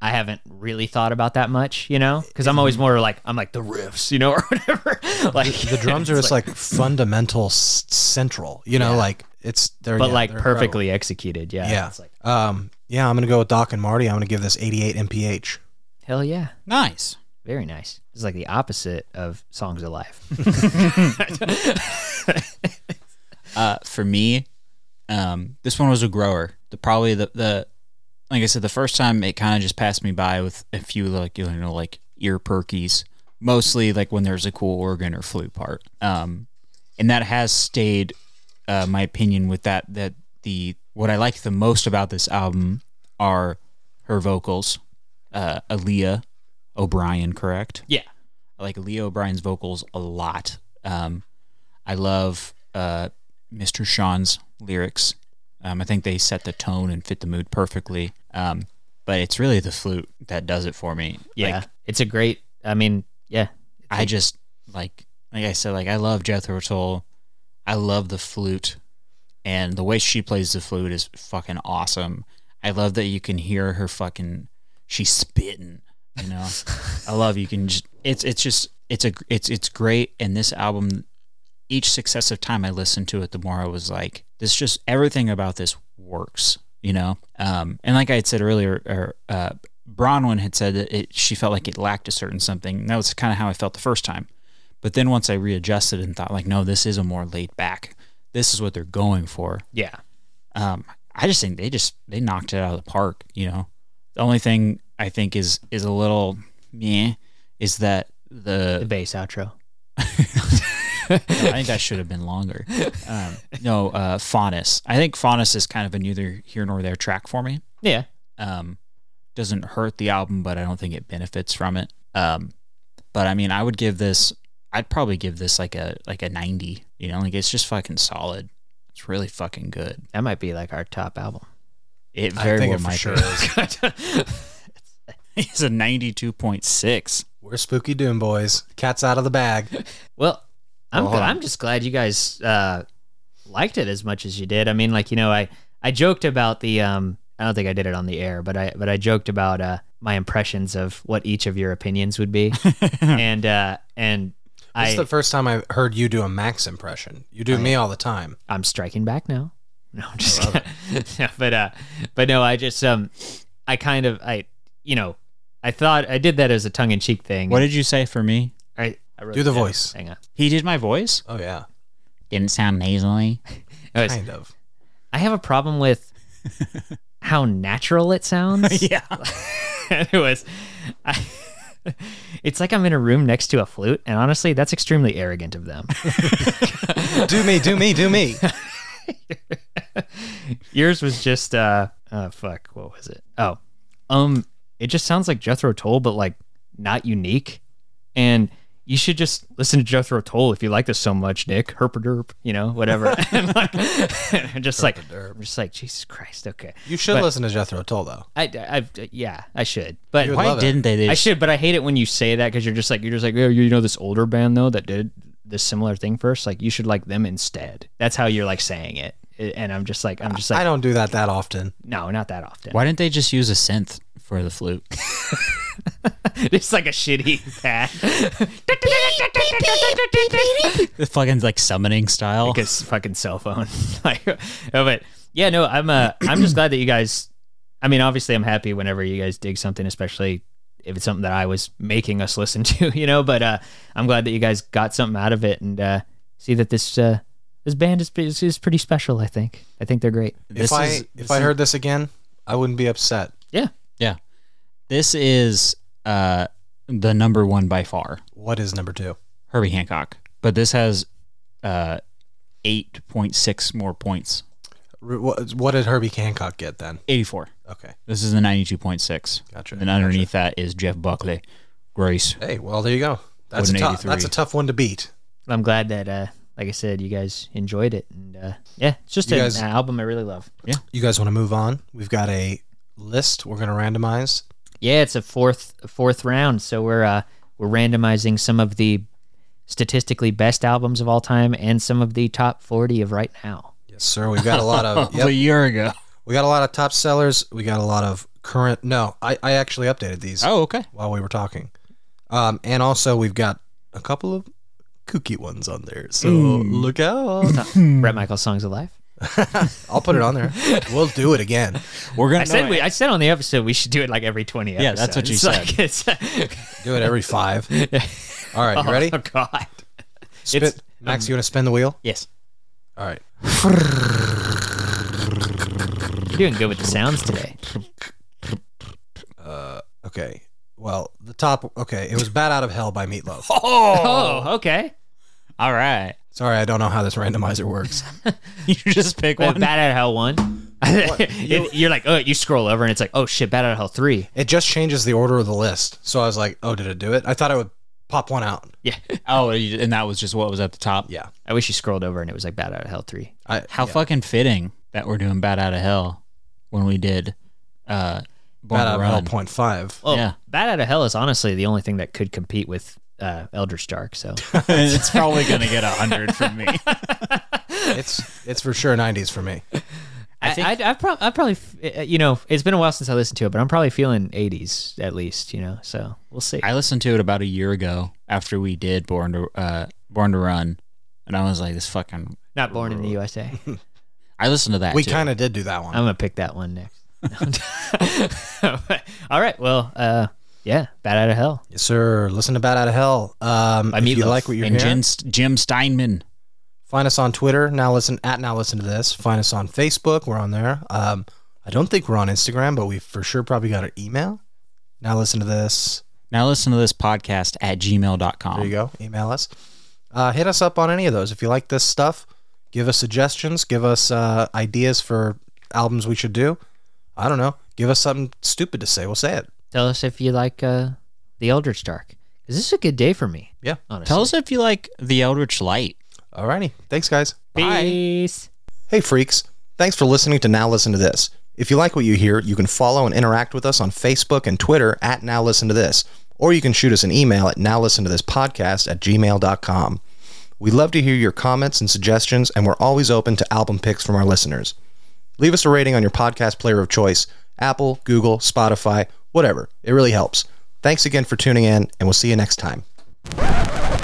Speaker 2: I haven't really thought about that much, you know, because I'm always more like I'm like the riffs, you know, or whatever. like
Speaker 1: Mm-hmm. the drums are
Speaker 2: it's
Speaker 1: just like, fundamental s- central. You know, like it's they're
Speaker 2: but
Speaker 1: oh, yeah,
Speaker 2: like
Speaker 1: they're incredible.
Speaker 2: perfectly executed. Yeah,
Speaker 1: Yeah.
Speaker 2: It's like
Speaker 1: Um, yeah, I'm gonna go with Doc and Marty. I'm gonna give this 88 mph.
Speaker 2: hell yeah,
Speaker 3: Nice.
Speaker 2: very nice. It's like the opposite of songs of life.
Speaker 3: Uh, for me, um, this one was a grower. The probably the, the like I said, the first time it kind of just passed me by with a few like you know like ear perkies, mostly like when there's a cool organ or flute part. Um, and that has stayed uh, my opinion with that that the what I like the most about this album are her vocals, uh, Aaliyah O'Brien, correct?
Speaker 2: yeah,
Speaker 3: I like Leo O'Brien's vocals a lot. Um, I love uh, Mr. Sean's lyrics. Um, I think they set the tone and fit the mood perfectly. Um, but it's really the flute that does it for me.
Speaker 2: yeah.
Speaker 3: Like,
Speaker 2: it's a great. I mean, yeah,
Speaker 3: I just like like I said, like I love Jethro Tull. I love the flute, and the way she plays the flute is fucking awesome. I love that you can hear her fucking she's spitting You know, I love you can. Just, it's it's just it's a it's it's great. And this album, each successive time I listened to it, the more I was like, this just everything about this works. You know, um, and like I had said earlier, or, uh, Bronwyn had said that it, she felt like it lacked a certain something. And that was kind of how I felt the first time. But then once I readjusted and thought like, no, this is a more laid back. This is what they're going for.
Speaker 2: Yeah.
Speaker 3: Um, I just think they just they knocked it out of the park. You know, the only thing I think is is a little meh is that
Speaker 2: The
Speaker 3: the
Speaker 2: bass outro.
Speaker 3: I think that should have been longer. Um, no, uh, Faunus. I think Faunus is kind of a neither here nor there track for me.
Speaker 2: Yeah.
Speaker 3: um, doesn't hurt the album, but I don't think it benefits from it. Um, but I mean, I would give this. I'd probably give this like a like a ninety. You know, like it's just fucking solid. It's really fucking good.
Speaker 2: That might be like our top album.
Speaker 3: It
Speaker 1: I
Speaker 3: very
Speaker 1: think
Speaker 3: well
Speaker 1: it for
Speaker 3: might
Speaker 1: sure
Speaker 3: be.
Speaker 1: is.
Speaker 3: It's a ninety-two point six.
Speaker 1: We're spooky doom boys. Cat's out of the bag.
Speaker 2: Well, I'm
Speaker 1: Well, hold
Speaker 2: I'm just glad you guys uh, liked it as much as you did. I mean, like you know, I I joked about the um I don't think I did it on the air, but I but I joked about uh my impressions of what each of your opinions would be, and uh and
Speaker 1: This
Speaker 2: I
Speaker 1: is the first time I heard you do a Max impression. You do me all the time.
Speaker 2: I'm striking back now. No, I'm just kidding. No, but uh, but no, I just um, I kind of I you know I thought I did that as a tongue in cheek thing.
Speaker 3: What did you say for me?
Speaker 2: I, I wrote
Speaker 1: Do the
Speaker 2: it down.
Speaker 1: voice.
Speaker 2: Hang on.
Speaker 3: He did my voice.
Speaker 1: Oh yeah,
Speaker 3: Didn't sound nasally.
Speaker 2: Anyways,
Speaker 1: kind of.
Speaker 2: I have a problem with how natural it sounds.
Speaker 3: yeah.
Speaker 2: Anyways, I, it's like I'm in a room next to a flute, and honestly, that's extremely arrogant of them.
Speaker 1: Do me, do me, do me.
Speaker 2: Yours was just uh, oh fuck, what was it? Oh, um, it just sounds like Jethro Tull, but like not unique. And you should just listen to Jethro Tull if you like this so much, Nick Herpaderp, you know, whatever. and like, and just like,
Speaker 1: Herpaderp.
Speaker 2: I'm just like Jesus Christ, okay.
Speaker 1: You should
Speaker 2: But-
Speaker 1: listen to Jethro Tull though.
Speaker 2: I, I, I yeah, I should, but
Speaker 1: You would
Speaker 3: Why
Speaker 1: love it.
Speaker 3: didn't they? they
Speaker 2: I
Speaker 3: just-
Speaker 2: should, but I hate it when you say that because you're just like you're just like oh, you know this older band though that did this similar thing first. Like you should like them instead. That's how you're like saying it, and I'm just like I'm just
Speaker 1: I
Speaker 2: like
Speaker 1: don't do that that often.
Speaker 2: no, not that often.
Speaker 3: Why didn't they just use a synth for the flute?
Speaker 2: it's like a shitty pad.
Speaker 3: the fucking like summoning style.
Speaker 2: like his fucking cell phone. like, no, but yeah, no, I'm uh, I'm just glad that you guys. I mean, obviously, I'm happy whenever you guys dig something, especially if it's something that I was making us listen to, you know. But uh, I'm glad that you guys got something out of it and uh, see that this uh, this band is, pre- is is pretty special. I think I think they're great.
Speaker 1: If I if I heard this again, I wouldn't be upset.
Speaker 3: This is uh, the number one by far,
Speaker 1: What is number two?
Speaker 3: Herbie Hancock. But this has uh, 8.6 more points.
Speaker 1: R- What, what did Herbie Hancock get then?
Speaker 3: 84.
Speaker 1: Okay,
Speaker 3: This is the 92.6.
Speaker 1: gotcha.
Speaker 3: And underneath that is Jeff Buckley. Grace.
Speaker 1: Hey, well there you go. That's a
Speaker 3: What an
Speaker 1: tough. That's
Speaker 3: 83.
Speaker 1: a tough one to beat.
Speaker 2: I'm glad that uh, like I said, you guys enjoyed it, and uh, yeah, it's just
Speaker 1: You
Speaker 2: an,
Speaker 1: guys-
Speaker 2: an album I really love.
Speaker 1: You guys want to move on? We've got a list. We're gonna randomize.
Speaker 2: Yeah, it's a fourth a fourth round, so we're uh, we're randomizing some of the statistically best albums of all time and some of the top forty of right now.
Speaker 1: Yes, sir. We've got a lot of. yep.
Speaker 3: A year ago.
Speaker 1: We got a lot of top sellers. We got a lot of current. No, I, I actually updated these
Speaker 3: Oh, okay.
Speaker 1: while we were talking. Um, and also, we've got a couple of kooky ones on there. So look out.
Speaker 2: Brett Michaels songs alive.
Speaker 1: I'll put it on there. We'll do it again.
Speaker 3: We're
Speaker 2: I
Speaker 3: going
Speaker 2: said we, I said on the episode we should do it like every twenty.
Speaker 3: Yeah, that's what you
Speaker 2: episodes. Like,
Speaker 1: Do it every five. All right,
Speaker 2: it's,
Speaker 1: you ready?
Speaker 2: Oh God.
Speaker 1: Spin,
Speaker 2: it's-
Speaker 1: Max, you want to spin the wheel?
Speaker 3: Yes.
Speaker 1: All right.
Speaker 2: You're doing good with the sounds today.
Speaker 1: Okay. Well, the top. Okay, it was "Bad Out of Hell" by Meatloaf.
Speaker 2: Oh, okay.
Speaker 3: All right.
Speaker 1: Sorry, I don't know how this randomizer works.
Speaker 3: You just pick
Speaker 2: Well,
Speaker 3: one.
Speaker 2: Bad at Hell one. It- you're like, oh, you scroll over and it's like, oh shit, Bad at Hell three.
Speaker 1: It just changes the order of the list. So I was like, "Oh, did it do it?" I thought it would pop one out.
Speaker 2: Yeah.
Speaker 3: Oh, you- and that was just what was at the top.
Speaker 1: Yeah.
Speaker 2: I wish you scrolled over and it was like Bad at Hell three.
Speaker 1: I,
Speaker 3: How fucking fitting that we're doing Bad Out of Hell when we did uh, Born
Speaker 1: Bad
Speaker 3: to
Speaker 1: Out of
Speaker 3: Run.
Speaker 1: Hell point five.
Speaker 2: Well,
Speaker 3: Yeah.
Speaker 2: Bad Out of Hell is honestly the only thing that could compete with uh, Eldritch Dark. So
Speaker 3: it's probably gonna get a hundred from me.
Speaker 1: It's it's for sure 90s for me.
Speaker 2: I,
Speaker 3: I think-
Speaker 2: I, I, prob- I probably, f- uh, you know, it's been a while since I listened to it, but I'm probably feeling 80s at least, you know. So we'll see.
Speaker 3: I listened to it about a year ago after we did Born to uh, Born to Run, and I was like, this fucking.
Speaker 2: Not born in the USA. I'm
Speaker 3: I listened to that.
Speaker 1: we
Speaker 3: too.
Speaker 1: kind of did do that one.
Speaker 2: gonna pick that one next. All right. Well, uh, yeah, bad out of hell.
Speaker 1: yes, sir. Listen to Bad Out of Hell. Um,
Speaker 2: By
Speaker 1: if you
Speaker 2: Meatloaf
Speaker 1: like what you're
Speaker 3: and
Speaker 1: hearing,
Speaker 3: Jim, Jim Steinman.
Speaker 1: Find us on Twitter. Now listen at now listen to this. Find us on Facebook. We're on there. Um, I don't think we're on Instagram, but we for sure probably got an email. Now listen to this.
Speaker 3: Now listen to this podcast at gmail.com.
Speaker 1: There you go. Um, Email us. Uh, hit us up on any of those. If you like this stuff, give us suggestions. Give us uh, ideas for albums we should do. I don't know. Give us something stupid to say. We'll say it.
Speaker 2: Tell us if you like uh, the Eldritch Dark. Cause this is a good day for me.
Speaker 1: Yeah.
Speaker 2: Honestly.
Speaker 3: Tell us if you like The Eldritch Light.
Speaker 1: Alrighty. Thanks, guys.
Speaker 2: Peace.
Speaker 1: Hey, freaks. Thanks for listening to Now Listen to This. If you like what you hear, you can follow and interact with us on Facebook and Twitter at Now Listen to This, or you can shoot us an email at nowlistentothispodcast at gmail.com. We love to hear your comments and suggestions, and we're always open to album picks from our listeners. Leave us a rating on your podcast player of choice Apple, Google, Spotify, whatever. It really helps. Thanks again for tuning in, and we'll see you next time.